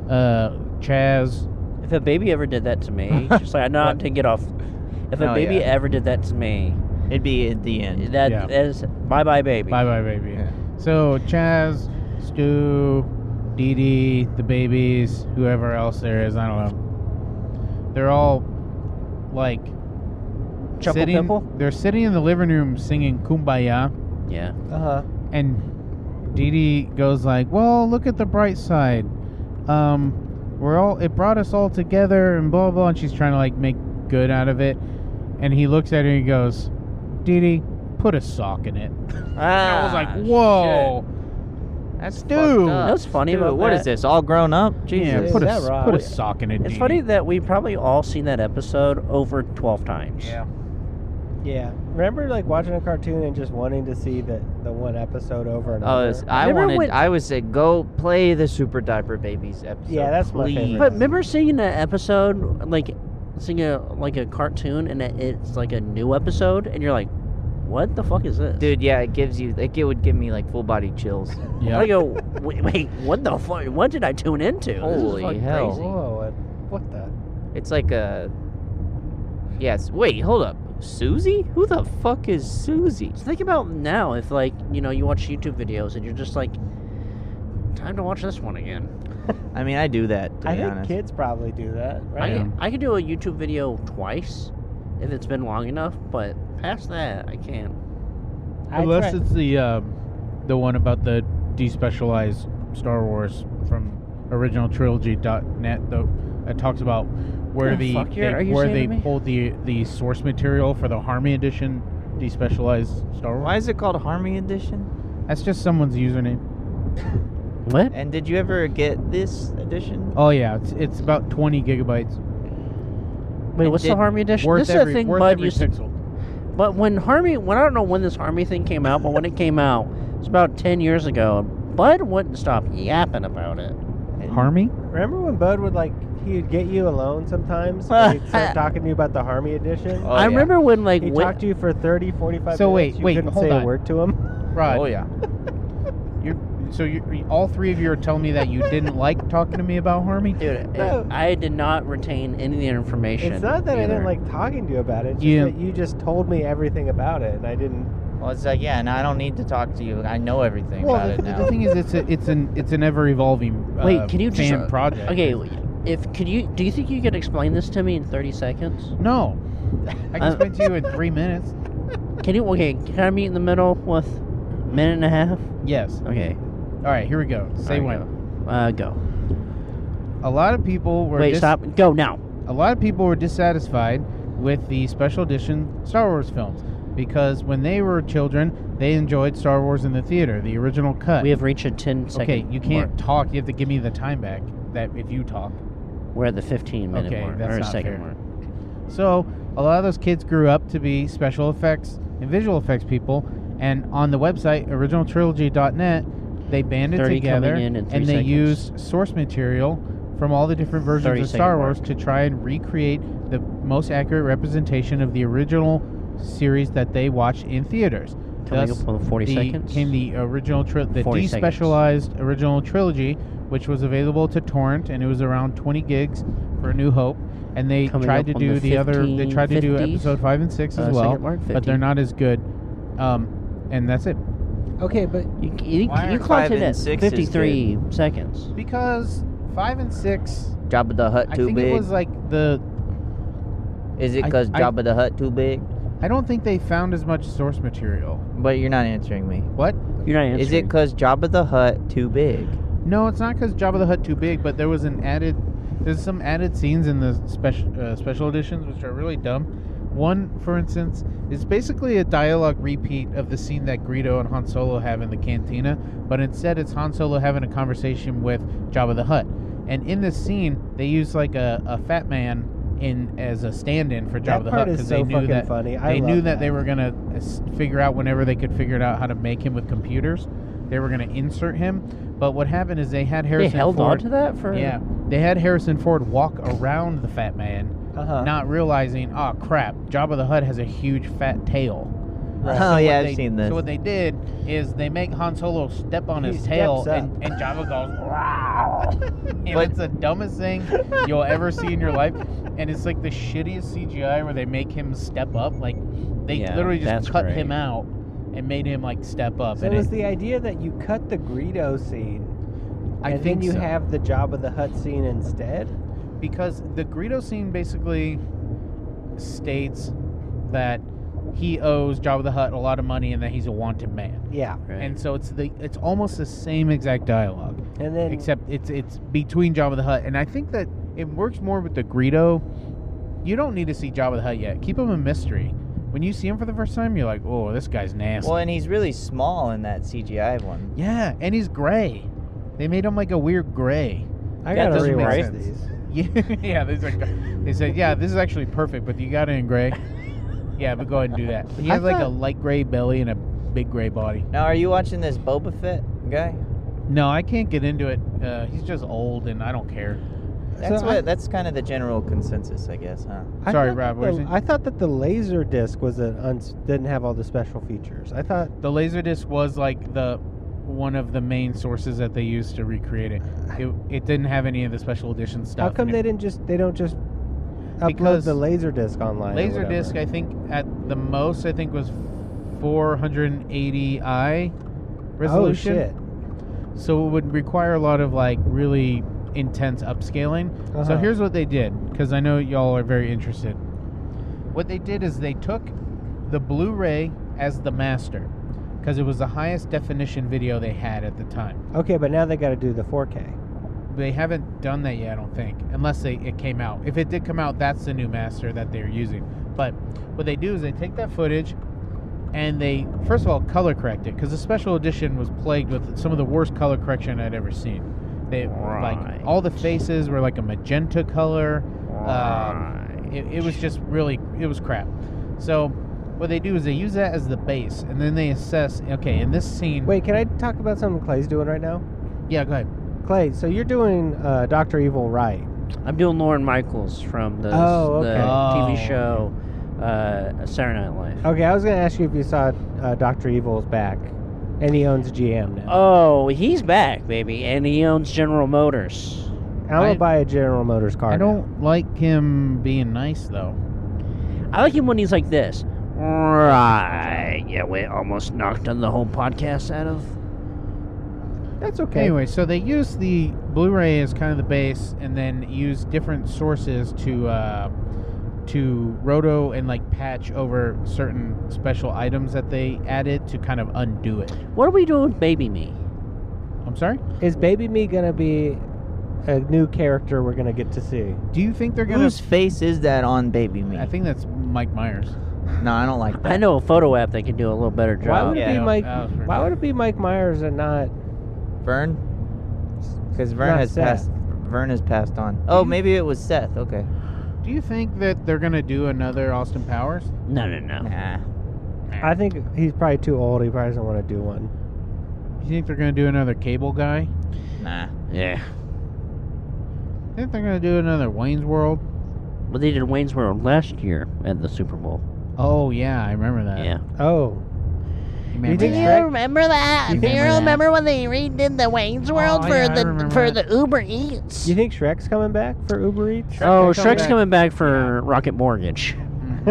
[SPEAKER 2] uh, Chaz,
[SPEAKER 1] If a baby ever did that to me, just like I know I'm to get off. If a
[SPEAKER 4] Oh,
[SPEAKER 1] baby
[SPEAKER 4] yeah.
[SPEAKER 1] ever did that to me,
[SPEAKER 4] it'd be at the end.
[SPEAKER 1] that
[SPEAKER 2] Yeah.
[SPEAKER 1] is bye bye baby.
[SPEAKER 2] bye bye baby.
[SPEAKER 4] Yeah.
[SPEAKER 2] So Chaz, Stu, Dee Dee, the babies, whoever else there is, I don't know. They're all like
[SPEAKER 1] Chuckle
[SPEAKER 2] sitting,
[SPEAKER 1] pimple.
[SPEAKER 2] They're sitting in the living room singing "Kumbaya,"
[SPEAKER 1] Yeah.
[SPEAKER 3] Uh-huh.
[SPEAKER 2] and Dee Dee goes like, "Well, look at the bright side. Um, we're all it brought us all together and blah blah." And she's trying to like make good out of it, and he looks at her and he goes, "Dee Dee, put a sock in it." And
[SPEAKER 1] Ah,
[SPEAKER 2] I was like, "Whoa."
[SPEAKER 4] that's
[SPEAKER 2] Stu.
[SPEAKER 4] fucked up.
[SPEAKER 1] That's funny
[SPEAKER 4] Stu,
[SPEAKER 1] about
[SPEAKER 4] What is
[SPEAKER 1] that.
[SPEAKER 4] this? All grown up? Jesus.
[SPEAKER 2] Yeah, put
[SPEAKER 3] that
[SPEAKER 2] a,
[SPEAKER 3] right?
[SPEAKER 2] put a sock in it.
[SPEAKER 1] It's
[SPEAKER 2] Dee
[SPEAKER 1] funny
[SPEAKER 2] Dee."
[SPEAKER 1] that we probably all seen that episode over twelve times.
[SPEAKER 3] Yeah. Remember, like watching a cartoon and just wanting to see the the one episode over and
[SPEAKER 4] Oh,
[SPEAKER 3] over.
[SPEAKER 4] it's- I
[SPEAKER 1] Remember
[SPEAKER 4] wanted.
[SPEAKER 1] when-
[SPEAKER 4] I would say go play the Super Diaper Babies episode.
[SPEAKER 3] Yeah, that's my
[SPEAKER 4] please.
[SPEAKER 3] favorite.
[SPEAKER 1] But remember seeing an episode like seeing a like a cartoon and it- it's like a new episode and you're like, what the fuck is this?
[SPEAKER 4] Dude, yeah, it gives you. Like, it would give me like full body chills.
[SPEAKER 2] Yeah.
[SPEAKER 1] I go, oh, wait, wait, what the fuck? What did I tune into? This is
[SPEAKER 4] Holy
[SPEAKER 1] fucking
[SPEAKER 4] hell.
[SPEAKER 1] crazy."
[SPEAKER 3] Whoa! and- What the?
[SPEAKER 4] It's like a. Yes. Wait. Hold up. Susie? Who the fuck is Susie?
[SPEAKER 1] So think about now if like you know you watch YouTube videos and you're just like, time to watch this one again.
[SPEAKER 4] I mean, I do that. To
[SPEAKER 3] I
[SPEAKER 4] be
[SPEAKER 3] think
[SPEAKER 4] honest.
[SPEAKER 3] kids probably do that,
[SPEAKER 1] I
[SPEAKER 3] right?
[SPEAKER 2] Yeah.
[SPEAKER 1] can, I can do a YouTube video twice if it's been long enough, but past that I can't.
[SPEAKER 3] I
[SPEAKER 2] Unless
[SPEAKER 3] tried-
[SPEAKER 2] it's the um, the one about the despecialized Star Wars from original trilogy.net though it talks about where
[SPEAKER 1] Oh,
[SPEAKER 2] the
[SPEAKER 1] fuck, you're-
[SPEAKER 2] they-
[SPEAKER 1] are you
[SPEAKER 2] where they
[SPEAKER 1] shitting me?
[SPEAKER 2] pulled the the source material for the Harmony edition despecialized Star Wars.
[SPEAKER 4] Why is it called Harmony Edition?
[SPEAKER 2] That's just someone's username.
[SPEAKER 1] What?
[SPEAKER 4] And did you ever get this edition?
[SPEAKER 2] Oh yeah, it's, it's about 20 gigabytes
[SPEAKER 1] Wait,
[SPEAKER 4] It
[SPEAKER 1] what's the
[SPEAKER 4] did-
[SPEAKER 1] Harmony edition?
[SPEAKER 2] worth
[SPEAKER 1] this
[SPEAKER 2] every
[SPEAKER 1] is a thing
[SPEAKER 2] worth
[SPEAKER 1] Bud
[SPEAKER 2] every
[SPEAKER 1] used to
[SPEAKER 2] pixel.
[SPEAKER 1] But when Harmony, when I don't know when this Harmony thing came out, but when it came out, it's about ten years ago. and Bud wouldn't stop yapping about it.
[SPEAKER 2] Harmony?
[SPEAKER 3] Remember when Bud would like he'd get you alone sometimes and he'd start talking to you about the Harmony edition?
[SPEAKER 4] Oh,
[SPEAKER 1] I
[SPEAKER 4] yeah.
[SPEAKER 1] remember when like
[SPEAKER 3] he
[SPEAKER 1] Wi-
[SPEAKER 3] talked to you for 30, 45
[SPEAKER 2] So
[SPEAKER 3] minutes.
[SPEAKER 2] wait,
[SPEAKER 3] you
[SPEAKER 2] wait,
[SPEAKER 3] couldn't
[SPEAKER 2] hold
[SPEAKER 3] say
[SPEAKER 2] on.
[SPEAKER 3] a word to him.
[SPEAKER 2] Rod.
[SPEAKER 4] Oh yeah.
[SPEAKER 2] You're, so you all three of you are telling me that you didn't like talking to me about Harmony?
[SPEAKER 1] dude, it-
[SPEAKER 3] No.
[SPEAKER 1] I did not retain any of the information.
[SPEAKER 3] It's not that I
[SPEAKER 1] either.
[SPEAKER 3] didn't like talking to you about it. It's just
[SPEAKER 2] Yeah.
[SPEAKER 3] that you just told me everything about it, and I didn't.
[SPEAKER 4] Well, it's like yeah. Now I don't need to talk to you. I know everything
[SPEAKER 2] Well,
[SPEAKER 4] about
[SPEAKER 2] the,
[SPEAKER 4] it
[SPEAKER 2] the
[SPEAKER 4] now.
[SPEAKER 2] thing is, it's a, it's an it's an ever evolving. Uh,
[SPEAKER 1] Wait, can you just-
[SPEAKER 2] fan project?
[SPEAKER 1] Okay, if could you do you think you could explain this to me in thirty seconds?
[SPEAKER 2] No, I
[SPEAKER 1] Uh,
[SPEAKER 2] can spend to you in three minutes.
[SPEAKER 1] Can you? Okay, can I meet in the middle with Minute and a half?
[SPEAKER 2] Yes.
[SPEAKER 1] Okay.
[SPEAKER 2] All right, here we go. Say
[SPEAKER 1] All right,
[SPEAKER 2] when.
[SPEAKER 1] go. Uh, go.
[SPEAKER 2] A lot of people were
[SPEAKER 1] Wait,
[SPEAKER 2] dis-
[SPEAKER 1] stop. Go now.
[SPEAKER 2] A lot of people were dissatisfied with the special edition Star Wars films because when they were children, they enjoyed Star Wars in the theater, the original cut.
[SPEAKER 1] We have reached a 10 second
[SPEAKER 2] okay, you can't talk. You have to give me the time back that if you talk.
[SPEAKER 1] mark. We're at the 15 minute
[SPEAKER 2] Okay,
[SPEAKER 1] mark.
[SPEAKER 2] that's
[SPEAKER 1] or
[SPEAKER 2] not
[SPEAKER 1] second
[SPEAKER 2] fair.
[SPEAKER 1] mark.
[SPEAKER 2] So a lot of those kids grew up to be special effects and visual effects people. And on the website originaltrilogy.net, they banded
[SPEAKER 1] 30
[SPEAKER 2] together
[SPEAKER 1] coming in in three
[SPEAKER 2] and they
[SPEAKER 1] seconds.
[SPEAKER 2] used source material from all the different versions
[SPEAKER 1] 30
[SPEAKER 2] of Star
[SPEAKER 1] second
[SPEAKER 2] Wars
[SPEAKER 1] mark.
[SPEAKER 2] to try and recreate the most accurate representation of the original series that they watched in theaters.
[SPEAKER 1] Coming
[SPEAKER 2] Thus,
[SPEAKER 1] up on 40
[SPEAKER 2] the,
[SPEAKER 1] seconds.
[SPEAKER 2] Came the original tri- the
[SPEAKER 1] 40 seconds.
[SPEAKER 2] despecialized original trilogy, which was available to torrent, and it was around 20 gigs for A New Hope. And they
[SPEAKER 1] Coming
[SPEAKER 2] tried
[SPEAKER 1] up
[SPEAKER 2] to
[SPEAKER 1] on
[SPEAKER 2] do
[SPEAKER 1] the
[SPEAKER 2] the, other. They
[SPEAKER 1] 15,
[SPEAKER 2] tried to do
[SPEAKER 1] 50s,
[SPEAKER 2] episode five and six
[SPEAKER 1] uh,
[SPEAKER 2] as well,
[SPEAKER 1] second mark,
[SPEAKER 2] but they're
[SPEAKER 1] 50.
[SPEAKER 2] not as good. Um, and that's it.
[SPEAKER 3] Okay, but
[SPEAKER 1] You, you,
[SPEAKER 4] Why
[SPEAKER 1] you
[SPEAKER 4] aren't
[SPEAKER 1] clocked
[SPEAKER 4] five
[SPEAKER 1] in
[SPEAKER 4] and
[SPEAKER 1] at
[SPEAKER 4] six is
[SPEAKER 1] 53 seconds.
[SPEAKER 2] Because five and six,
[SPEAKER 4] Jabba the Hut
[SPEAKER 2] I
[SPEAKER 4] too
[SPEAKER 2] think
[SPEAKER 4] big?
[SPEAKER 2] it was like the.
[SPEAKER 4] Is it
[SPEAKER 2] I-
[SPEAKER 4] because
[SPEAKER 2] I-
[SPEAKER 4] Jabba the Hut too big?
[SPEAKER 2] I don't think they found as much source material.
[SPEAKER 4] But you're not answering me.
[SPEAKER 2] What?
[SPEAKER 1] You're not answering.
[SPEAKER 4] Is it because Jabba the Hut too big?
[SPEAKER 2] No, it's not because Jabba the Hutt too big, but there was an added. There's some added scenes in the special uh, special editions which are really dumb. One, for instance, is basically a dialogue repeat of the scene that Greedo and Han Solo have in the cantina, but instead it's Han Solo having a conversation with Jabba the Hutt. And in this scene, they use like a, a fat man in as a stand-in for Jabba
[SPEAKER 3] that
[SPEAKER 2] the
[SPEAKER 3] part
[SPEAKER 2] Hutt
[SPEAKER 3] is
[SPEAKER 2] because
[SPEAKER 3] so
[SPEAKER 2] they knew
[SPEAKER 3] fucking
[SPEAKER 2] that
[SPEAKER 3] funny. I
[SPEAKER 2] they
[SPEAKER 3] love
[SPEAKER 2] knew that, they were gonna uh, s- figure out whenever they could figure it out how to make him with computers. They were gonna insert him, but what happened is they had
[SPEAKER 1] They
[SPEAKER 2] Harrison.
[SPEAKER 1] held on
[SPEAKER 2] Ford,
[SPEAKER 1] to that for.
[SPEAKER 2] Yeah, they had Harrison Ford walk around the fat man,
[SPEAKER 4] Uh-huh.
[SPEAKER 2] not realizing, oh crap, Jabba the Hutt has a huge fat tail.
[SPEAKER 4] Oh,
[SPEAKER 2] what
[SPEAKER 4] yeah, I've
[SPEAKER 2] they-
[SPEAKER 4] seen this.
[SPEAKER 2] So what they did is they make Han Solo step on
[SPEAKER 3] He
[SPEAKER 2] his tail,
[SPEAKER 3] steps up.
[SPEAKER 2] and, and Jabba goes, wow. and
[SPEAKER 4] But-
[SPEAKER 2] it's the dumbest thing you'll ever see in your life. And it's like the shittiest CGI where they make him step up. Like, they
[SPEAKER 1] Yeah,
[SPEAKER 2] literally
[SPEAKER 1] that's
[SPEAKER 2] just cut
[SPEAKER 1] great.
[SPEAKER 2] him out and made him, like, step up.
[SPEAKER 3] so
[SPEAKER 2] and
[SPEAKER 3] it was
[SPEAKER 2] it-
[SPEAKER 3] the idea that you cut the Greedo scene,
[SPEAKER 2] I
[SPEAKER 3] and
[SPEAKER 2] think
[SPEAKER 3] then you
[SPEAKER 2] so.
[SPEAKER 3] have the Jabba the Hutt scene instead.
[SPEAKER 2] because the Greedo scene basically states that he owes Jabba the Hutt a lot of money and that he's a wanted man.
[SPEAKER 3] Yeah,
[SPEAKER 1] Right.
[SPEAKER 2] And so it's the it's almost the same exact dialogue.
[SPEAKER 3] and then
[SPEAKER 2] except it's it's between Jabba the Hutt, and I think that it works more with the Greedo. You don't need to see Jabba the Hutt yet. Keep him a mystery. When you see him for the first time, you're like, "Oh, this guy's nasty."
[SPEAKER 4] Well, and he's really small in that CGI one.
[SPEAKER 2] Yeah, and he's gray. They made him like a weird gray.
[SPEAKER 3] I
[SPEAKER 4] That
[SPEAKER 3] gotta
[SPEAKER 4] doesn't make
[SPEAKER 3] rewatch
[SPEAKER 2] sense.
[SPEAKER 3] these.
[SPEAKER 2] Yeah, yeah. These are, they said, "Yeah, this is actually perfect," but you got it in gray. Yeah, but go ahead and do that. But he
[SPEAKER 4] I
[SPEAKER 2] has like a
[SPEAKER 4] thought-
[SPEAKER 2] light gray belly and a big gray body.
[SPEAKER 4] Now, are you watching this Boba Fett guy?
[SPEAKER 2] No, I can't get into it. Uh, he's just old, and I don't care.
[SPEAKER 4] That's
[SPEAKER 3] So
[SPEAKER 4] what.
[SPEAKER 3] I-
[SPEAKER 4] that's kind of the general consensus, I guess, huh?
[SPEAKER 3] I
[SPEAKER 2] Sorry, Rob,
[SPEAKER 3] thought that
[SPEAKER 2] what
[SPEAKER 3] the-
[SPEAKER 2] is it?
[SPEAKER 3] I thought that the laser disc was an uns- didn't have all the special features. I thought
[SPEAKER 2] The Laserdisc was like the one of the main sources that they used to recreate it. It, it didn't have any of the special edition stuff.
[SPEAKER 3] how come
[SPEAKER 2] and
[SPEAKER 3] they
[SPEAKER 2] it-
[SPEAKER 3] didn't just they don't just upload
[SPEAKER 2] Because uh,
[SPEAKER 3] the laser disc online? or whatever? Oh,
[SPEAKER 2] Laserdisc, I think at the most, I think was 480i resolution.
[SPEAKER 3] Oh shit!
[SPEAKER 2] So it would require a lot of like really intense upscaling. So
[SPEAKER 3] Uh-huh.
[SPEAKER 2] here's what they did, because I know y'all are very interested. What they did is they took the Blu-ray as the master, because it was the highest definition video they had at the time.
[SPEAKER 3] Okay, but now they got to do the 4K.
[SPEAKER 2] They haven't done that yet, I don't think. Unless they it came out. If it did come out, that's the new master that they're using. But what they do is they take that footage and they first of all color correct it because the special edition was plagued with some of the worst color correction I'd ever seen. They
[SPEAKER 1] Right.
[SPEAKER 2] like all the faces were like a magenta color. Um, it, it was just really it was crap. So what they do is they use that as the base and then they assess. Okay, in this scene,
[SPEAKER 3] Wait, can I talk about something Clay's doing right now?
[SPEAKER 2] yeah, go ahead.
[SPEAKER 3] Clay, so you're doing uh, Doctor Evil right?
[SPEAKER 1] I'm doing Lauren Michaels from the,
[SPEAKER 3] Oh,
[SPEAKER 1] the
[SPEAKER 3] okay.
[SPEAKER 2] Oh.
[SPEAKER 1] TV show uh, Saturday Night Live.
[SPEAKER 3] Okay, I was gonna ask you if you saw uh, Doctor Evil's back, and he owns GM now.
[SPEAKER 1] Oh, he's back, baby, and he owns General Motors.
[SPEAKER 3] I'm gonna
[SPEAKER 2] I-
[SPEAKER 3] buy a General Motors
[SPEAKER 2] I
[SPEAKER 3] car. now.
[SPEAKER 2] don't like him being nice though.
[SPEAKER 1] I like him when he's like this. Right. Yeah, we almost knocked on the whole podcast out of.
[SPEAKER 3] That's okay.
[SPEAKER 2] Anyway, so they use the Blu-ray as kind of the base, and then use different sources to uh, to roto and like patch over certain special items that they added to kind of undo it.
[SPEAKER 1] What are we doing with Baby Me?
[SPEAKER 2] I'm sorry.
[SPEAKER 3] Is Baby Me gonna be a new character we're gonna get to see?
[SPEAKER 2] Do you think they're gonna?
[SPEAKER 4] Whose face is that on Baby Me?
[SPEAKER 2] I think that's Mike Myers.
[SPEAKER 4] no, I don't like that.
[SPEAKER 1] I know a photo app that can do a little better
[SPEAKER 3] Why
[SPEAKER 1] job.
[SPEAKER 3] would it
[SPEAKER 4] Yeah.
[SPEAKER 3] be Mike?
[SPEAKER 2] That was pretty
[SPEAKER 3] Why
[SPEAKER 2] good.
[SPEAKER 3] would it be Mike Myers and not?
[SPEAKER 4] Vern? Because Vern
[SPEAKER 3] Not
[SPEAKER 4] has
[SPEAKER 3] Seth.
[SPEAKER 4] passed. Vern has passed on. Oh, maybe it was Seth. Okay.
[SPEAKER 2] Do you think that they're gonna do another Austin Powers?
[SPEAKER 1] No, no, no.
[SPEAKER 4] Nah.
[SPEAKER 3] I think he's probably too old. He probably doesn't want to do one.
[SPEAKER 2] You think they're gonna do another Cable Guy?
[SPEAKER 4] Nah.
[SPEAKER 1] Yeah.
[SPEAKER 2] You think they're gonna do another Wayne's World?
[SPEAKER 1] Well, they did Wayne's World last year at the Super Bowl.
[SPEAKER 2] Oh yeah, I remember that.
[SPEAKER 1] yeah.
[SPEAKER 3] Oh,
[SPEAKER 2] Remember
[SPEAKER 3] You think
[SPEAKER 2] that.
[SPEAKER 3] Shrek-
[SPEAKER 1] remember that?
[SPEAKER 4] You remember that?
[SPEAKER 1] when they redid the Wayne's
[SPEAKER 2] Oh, yeah, I remember that.
[SPEAKER 1] the Uber Eats?
[SPEAKER 3] do you think Shrek's coming back for Uber Eats?
[SPEAKER 1] oh,
[SPEAKER 2] Shrek's coming
[SPEAKER 1] Shrek's
[SPEAKER 2] back.
[SPEAKER 1] coming back for Rocket Mortgage.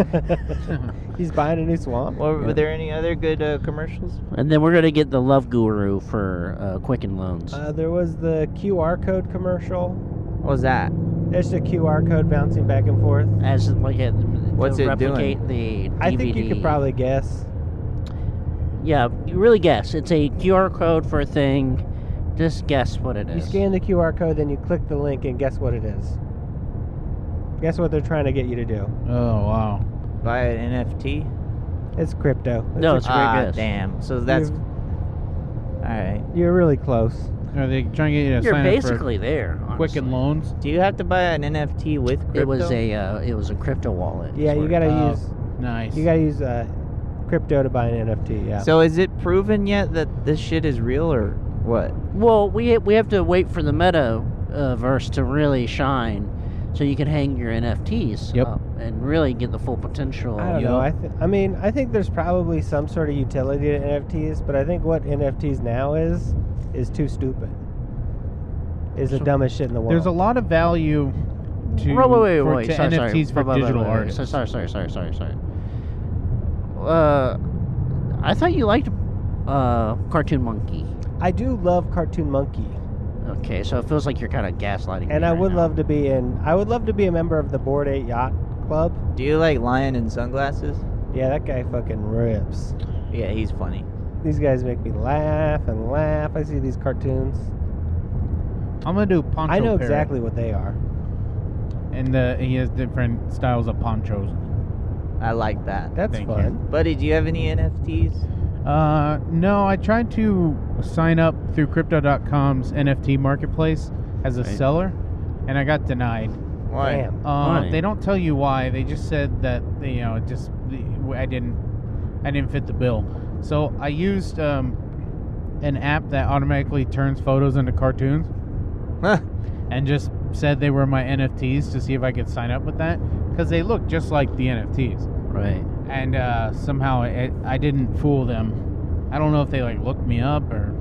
[SPEAKER 3] he's buying a new swamp.
[SPEAKER 4] Well, were there any other good uh, commercials?
[SPEAKER 1] And then we're going to get the Love Guru for uh, Quicken Loans.
[SPEAKER 3] Uh, there was the QR code commercial.
[SPEAKER 4] What was that?
[SPEAKER 3] There's the QR code bouncing back and forth.
[SPEAKER 1] As in, like, it,
[SPEAKER 4] What's
[SPEAKER 1] to
[SPEAKER 4] it
[SPEAKER 1] replicate the DVD.
[SPEAKER 3] I think you could probably guess.
[SPEAKER 1] Yeah, you really guess. It's a QR code for a thing. Just guess what it
[SPEAKER 3] You
[SPEAKER 1] is.
[SPEAKER 3] scan the QR code, then you click the link, and guess what it is. Guess what they're trying to get you to do?
[SPEAKER 2] Oh wow.
[SPEAKER 4] Buy an NFT?
[SPEAKER 3] It's crypto. That's
[SPEAKER 1] No,
[SPEAKER 3] a-
[SPEAKER 1] It's a great
[SPEAKER 4] ah,
[SPEAKER 1] guess.
[SPEAKER 4] damn. So that's
[SPEAKER 3] you're,
[SPEAKER 4] all right.
[SPEAKER 3] you're really close.
[SPEAKER 2] Are they trying to get you to
[SPEAKER 1] You're
[SPEAKER 2] sign
[SPEAKER 1] basically there.
[SPEAKER 2] up for Quicken
[SPEAKER 1] honestly.
[SPEAKER 2] Loans?
[SPEAKER 4] Do you have to buy an NFT with crypto?
[SPEAKER 1] It was a uh, it was a crypto wallet.
[SPEAKER 3] Yeah,
[SPEAKER 1] is
[SPEAKER 3] you
[SPEAKER 1] what-
[SPEAKER 3] gotta
[SPEAKER 2] Oh.
[SPEAKER 3] use
[SPEAKER 2] Nice.
[SPEAKER 3] you gotta use uh, crypto to buy an NFT. Yeah.
[SPEAKER 4] So is it proven yet that this shit is real or what?
[SPEAKER 1] Well, we we have to wait for the meta uh, verse to really shine, so you can hang your NFTs
[SPEAKER 2] Yep.
[SPEAKER 1] up and really get the full potential.
[SPEAKER 3] I don't know. I, th- I mean, I think there's probably some sort of utility to NFTs, but I think what NFTs now is is too stupid. Is the
[SPEAKER 1] So-
[SPEAKER 3] dumbest shit in the world.
[SPEAKER 2] There's a lot of value to,
[SPEAKER 1] Wait, wait, wait,
[SPEAKER 2] for,
[SPEAKER 1] wait.
[SPEAKER 2] to
[SPEAKER 1] sorry, sorry.
[SPEAKER 2] NFTs for
[SPEAKER 1] Wait, wait, wait,
[SPEAKER 2] digital
[SPEAKER 1] wait, wait.
[SPEAKER 2] artists.
[SPEAKER 1] So- Sorry, sorry, sorry, sorry, sorry. Uh, I thought you liked uh Cartoon Monkey.
[SPEAKER 3] I do love Cartoon Monkey,
[SPEAKER 1] Okay, so it feels like you're kind of gaslighting. me
[SPEAKER 3] and I
[SPEAKER 1] right
[SPEAKER 3] would
[SPEAKER 1] now.
[SPEAKER 3] love to be in. I would love to be a member of the Board Eight Yacht Club.
[SPEAKER 4] Do you like lion in sunglasses?
[SPEAKER 3] Yeah, that guy fucking rips.
[SPEAKER 4] Yeah, he's funny.
[SPEAKER 3] These guys make me laugh and laugh. I see these cartoons.
[SPEAKER 2] I'm gonna do poncho.
[SPEAKER 3] I know
[SPEAKER 2] parrot.
[SPEAKER 3] exactly what they are.
[SPEAKER 2] And uh, he has different styles of ponchos.
[SPEAKER 4] I like that.
[SPEAKER 3] That's
[SPEAKER 2] Thank you.
[SPEAKER 3] fun.
[SPEAKER 4] Buddy, do you have any NFTs?
[SPEAKER 2] Uh, no, I tried to sign up through Crypto.com's NFT marketplace as a
[SPEAKER 1] Right.
[SPEAKER 2] seller, and I got denied.
[SPEAKER 4] Why?
[SPEAKER 3] Damn.
[SPEAKER 2] Uh,
[SPEAKER 1] Why?
[SPEAKER 2] they don't tell you why. They just said that you know, it just I didn't, I didn't fit the bill. So I used um, an app that automatically turns photos into cartoons.
[SPEAKER 4] Huh.
[SPEAKER 2] and just said they were my NFTs to see if I could sign up with that because they look just like the NFTs.
[SPEAKER 1] Right.
[SPEAKER 2] And uh, somehow I, I didn't fool them. I don't know if they like looked me up or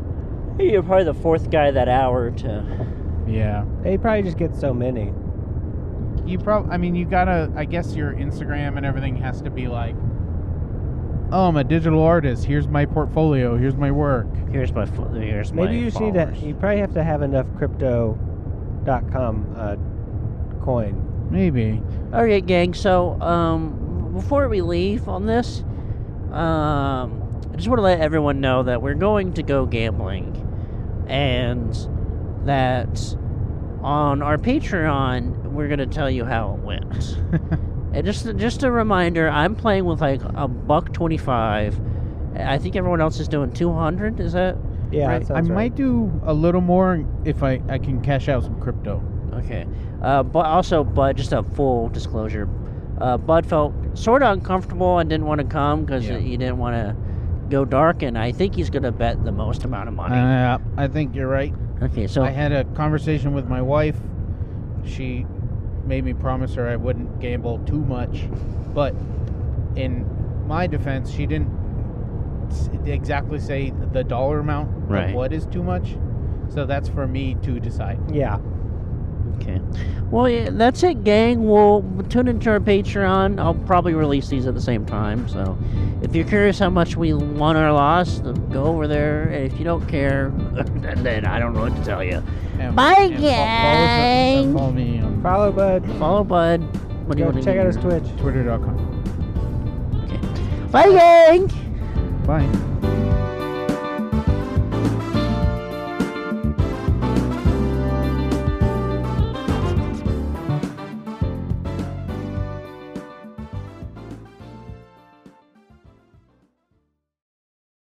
[SPEAKER 1] You're probably the fourth guy that hour to.
[SPEAKER 2] yeah.
[SPEAKER 3] They probably just get so many.
[SPEAKER 2] You probably I mean you gotta I guess your Instagram and everything has to be like, oh I'm a digital artist. Here's my portfolio. Here's my work.
[SPEAKER 1] Here's my. fo- Here's my.
[SPEAKER 3] Maybe you should need
[SPEAKER 1] followers.
[SPEAKER 3] to, you probably have to have enough crypto.com uh, coin.
[SPEAKER 2] Maybe
[SPEAKER 1] All right, gang. So, um, before we leave on this, um, I just want to let everyone know that we're going to go gambling, and that on our Patreon we're going to tell you how it went. and just just a reminder, I'm playing with like a buck twenty five. I think everyone else is doing two hundred. Is that
[SPEAKER 3] Yeah,
[SPEAKER 2] Right,
[SPEAKER 3] that
[SPEAKER 2] I
[SPEAKER 3] sounds right.
[SPEAKER 2] might do a little more if I I can cash out some crypto.
[SPEAKER 1] Okay. Uh, but also, Bud, just a full disclosure, uh, Bud felt sort of uncomfortable and didn't want to come because
[SPEAKER 2] Yeah.
[SPEAKER 1] he didn't want to go dark, and I think he's going to bet the most amount of money.
[SPEAKER 2] Uh, I think you're right.
[SPEAKER 1] okay, so
[SPEAKER 2] I had a conversation with my wife. She made me promise her I wouldn't gamble too much, but in my defense, she didn't s- exactly say the dollar amount of
[SPEAKER 1] Right.
[SPEAKER 2] what is too much. So that's for me to decide.
[SPEAKER 3] Yeah.
[SPEAKER 1] okay. Well, yeah, that's it, gang. We'll tune into our Patreon. I'll probably release these at the same time. So, if you're curious how much we won or lost, go over there. And if you don't care, then I don't know what to tell you.
[SPEAKER 2] And,
[SPEAKER 1] Bye,
[SPEAKER 2] and fo-
[SPEAKER 1] gang.
[SPEAKER 2] follow us- Follow me on
[SPEAKER 3] Follow Bud.
[SPEAKER 1] Follow Bud.
[SPEAKER 2] What do you
[SPEAKER 3] Go
[SPEAKER 2] want to
[SPEAKER 3] check
[SPEAKER 2] do?
[SPEAKER 3] out his Twitch.
[SPEAKER 1] Twitter.com.
[SPEAKER 2] Bye, gang.
[SPEAKER 1] Bye.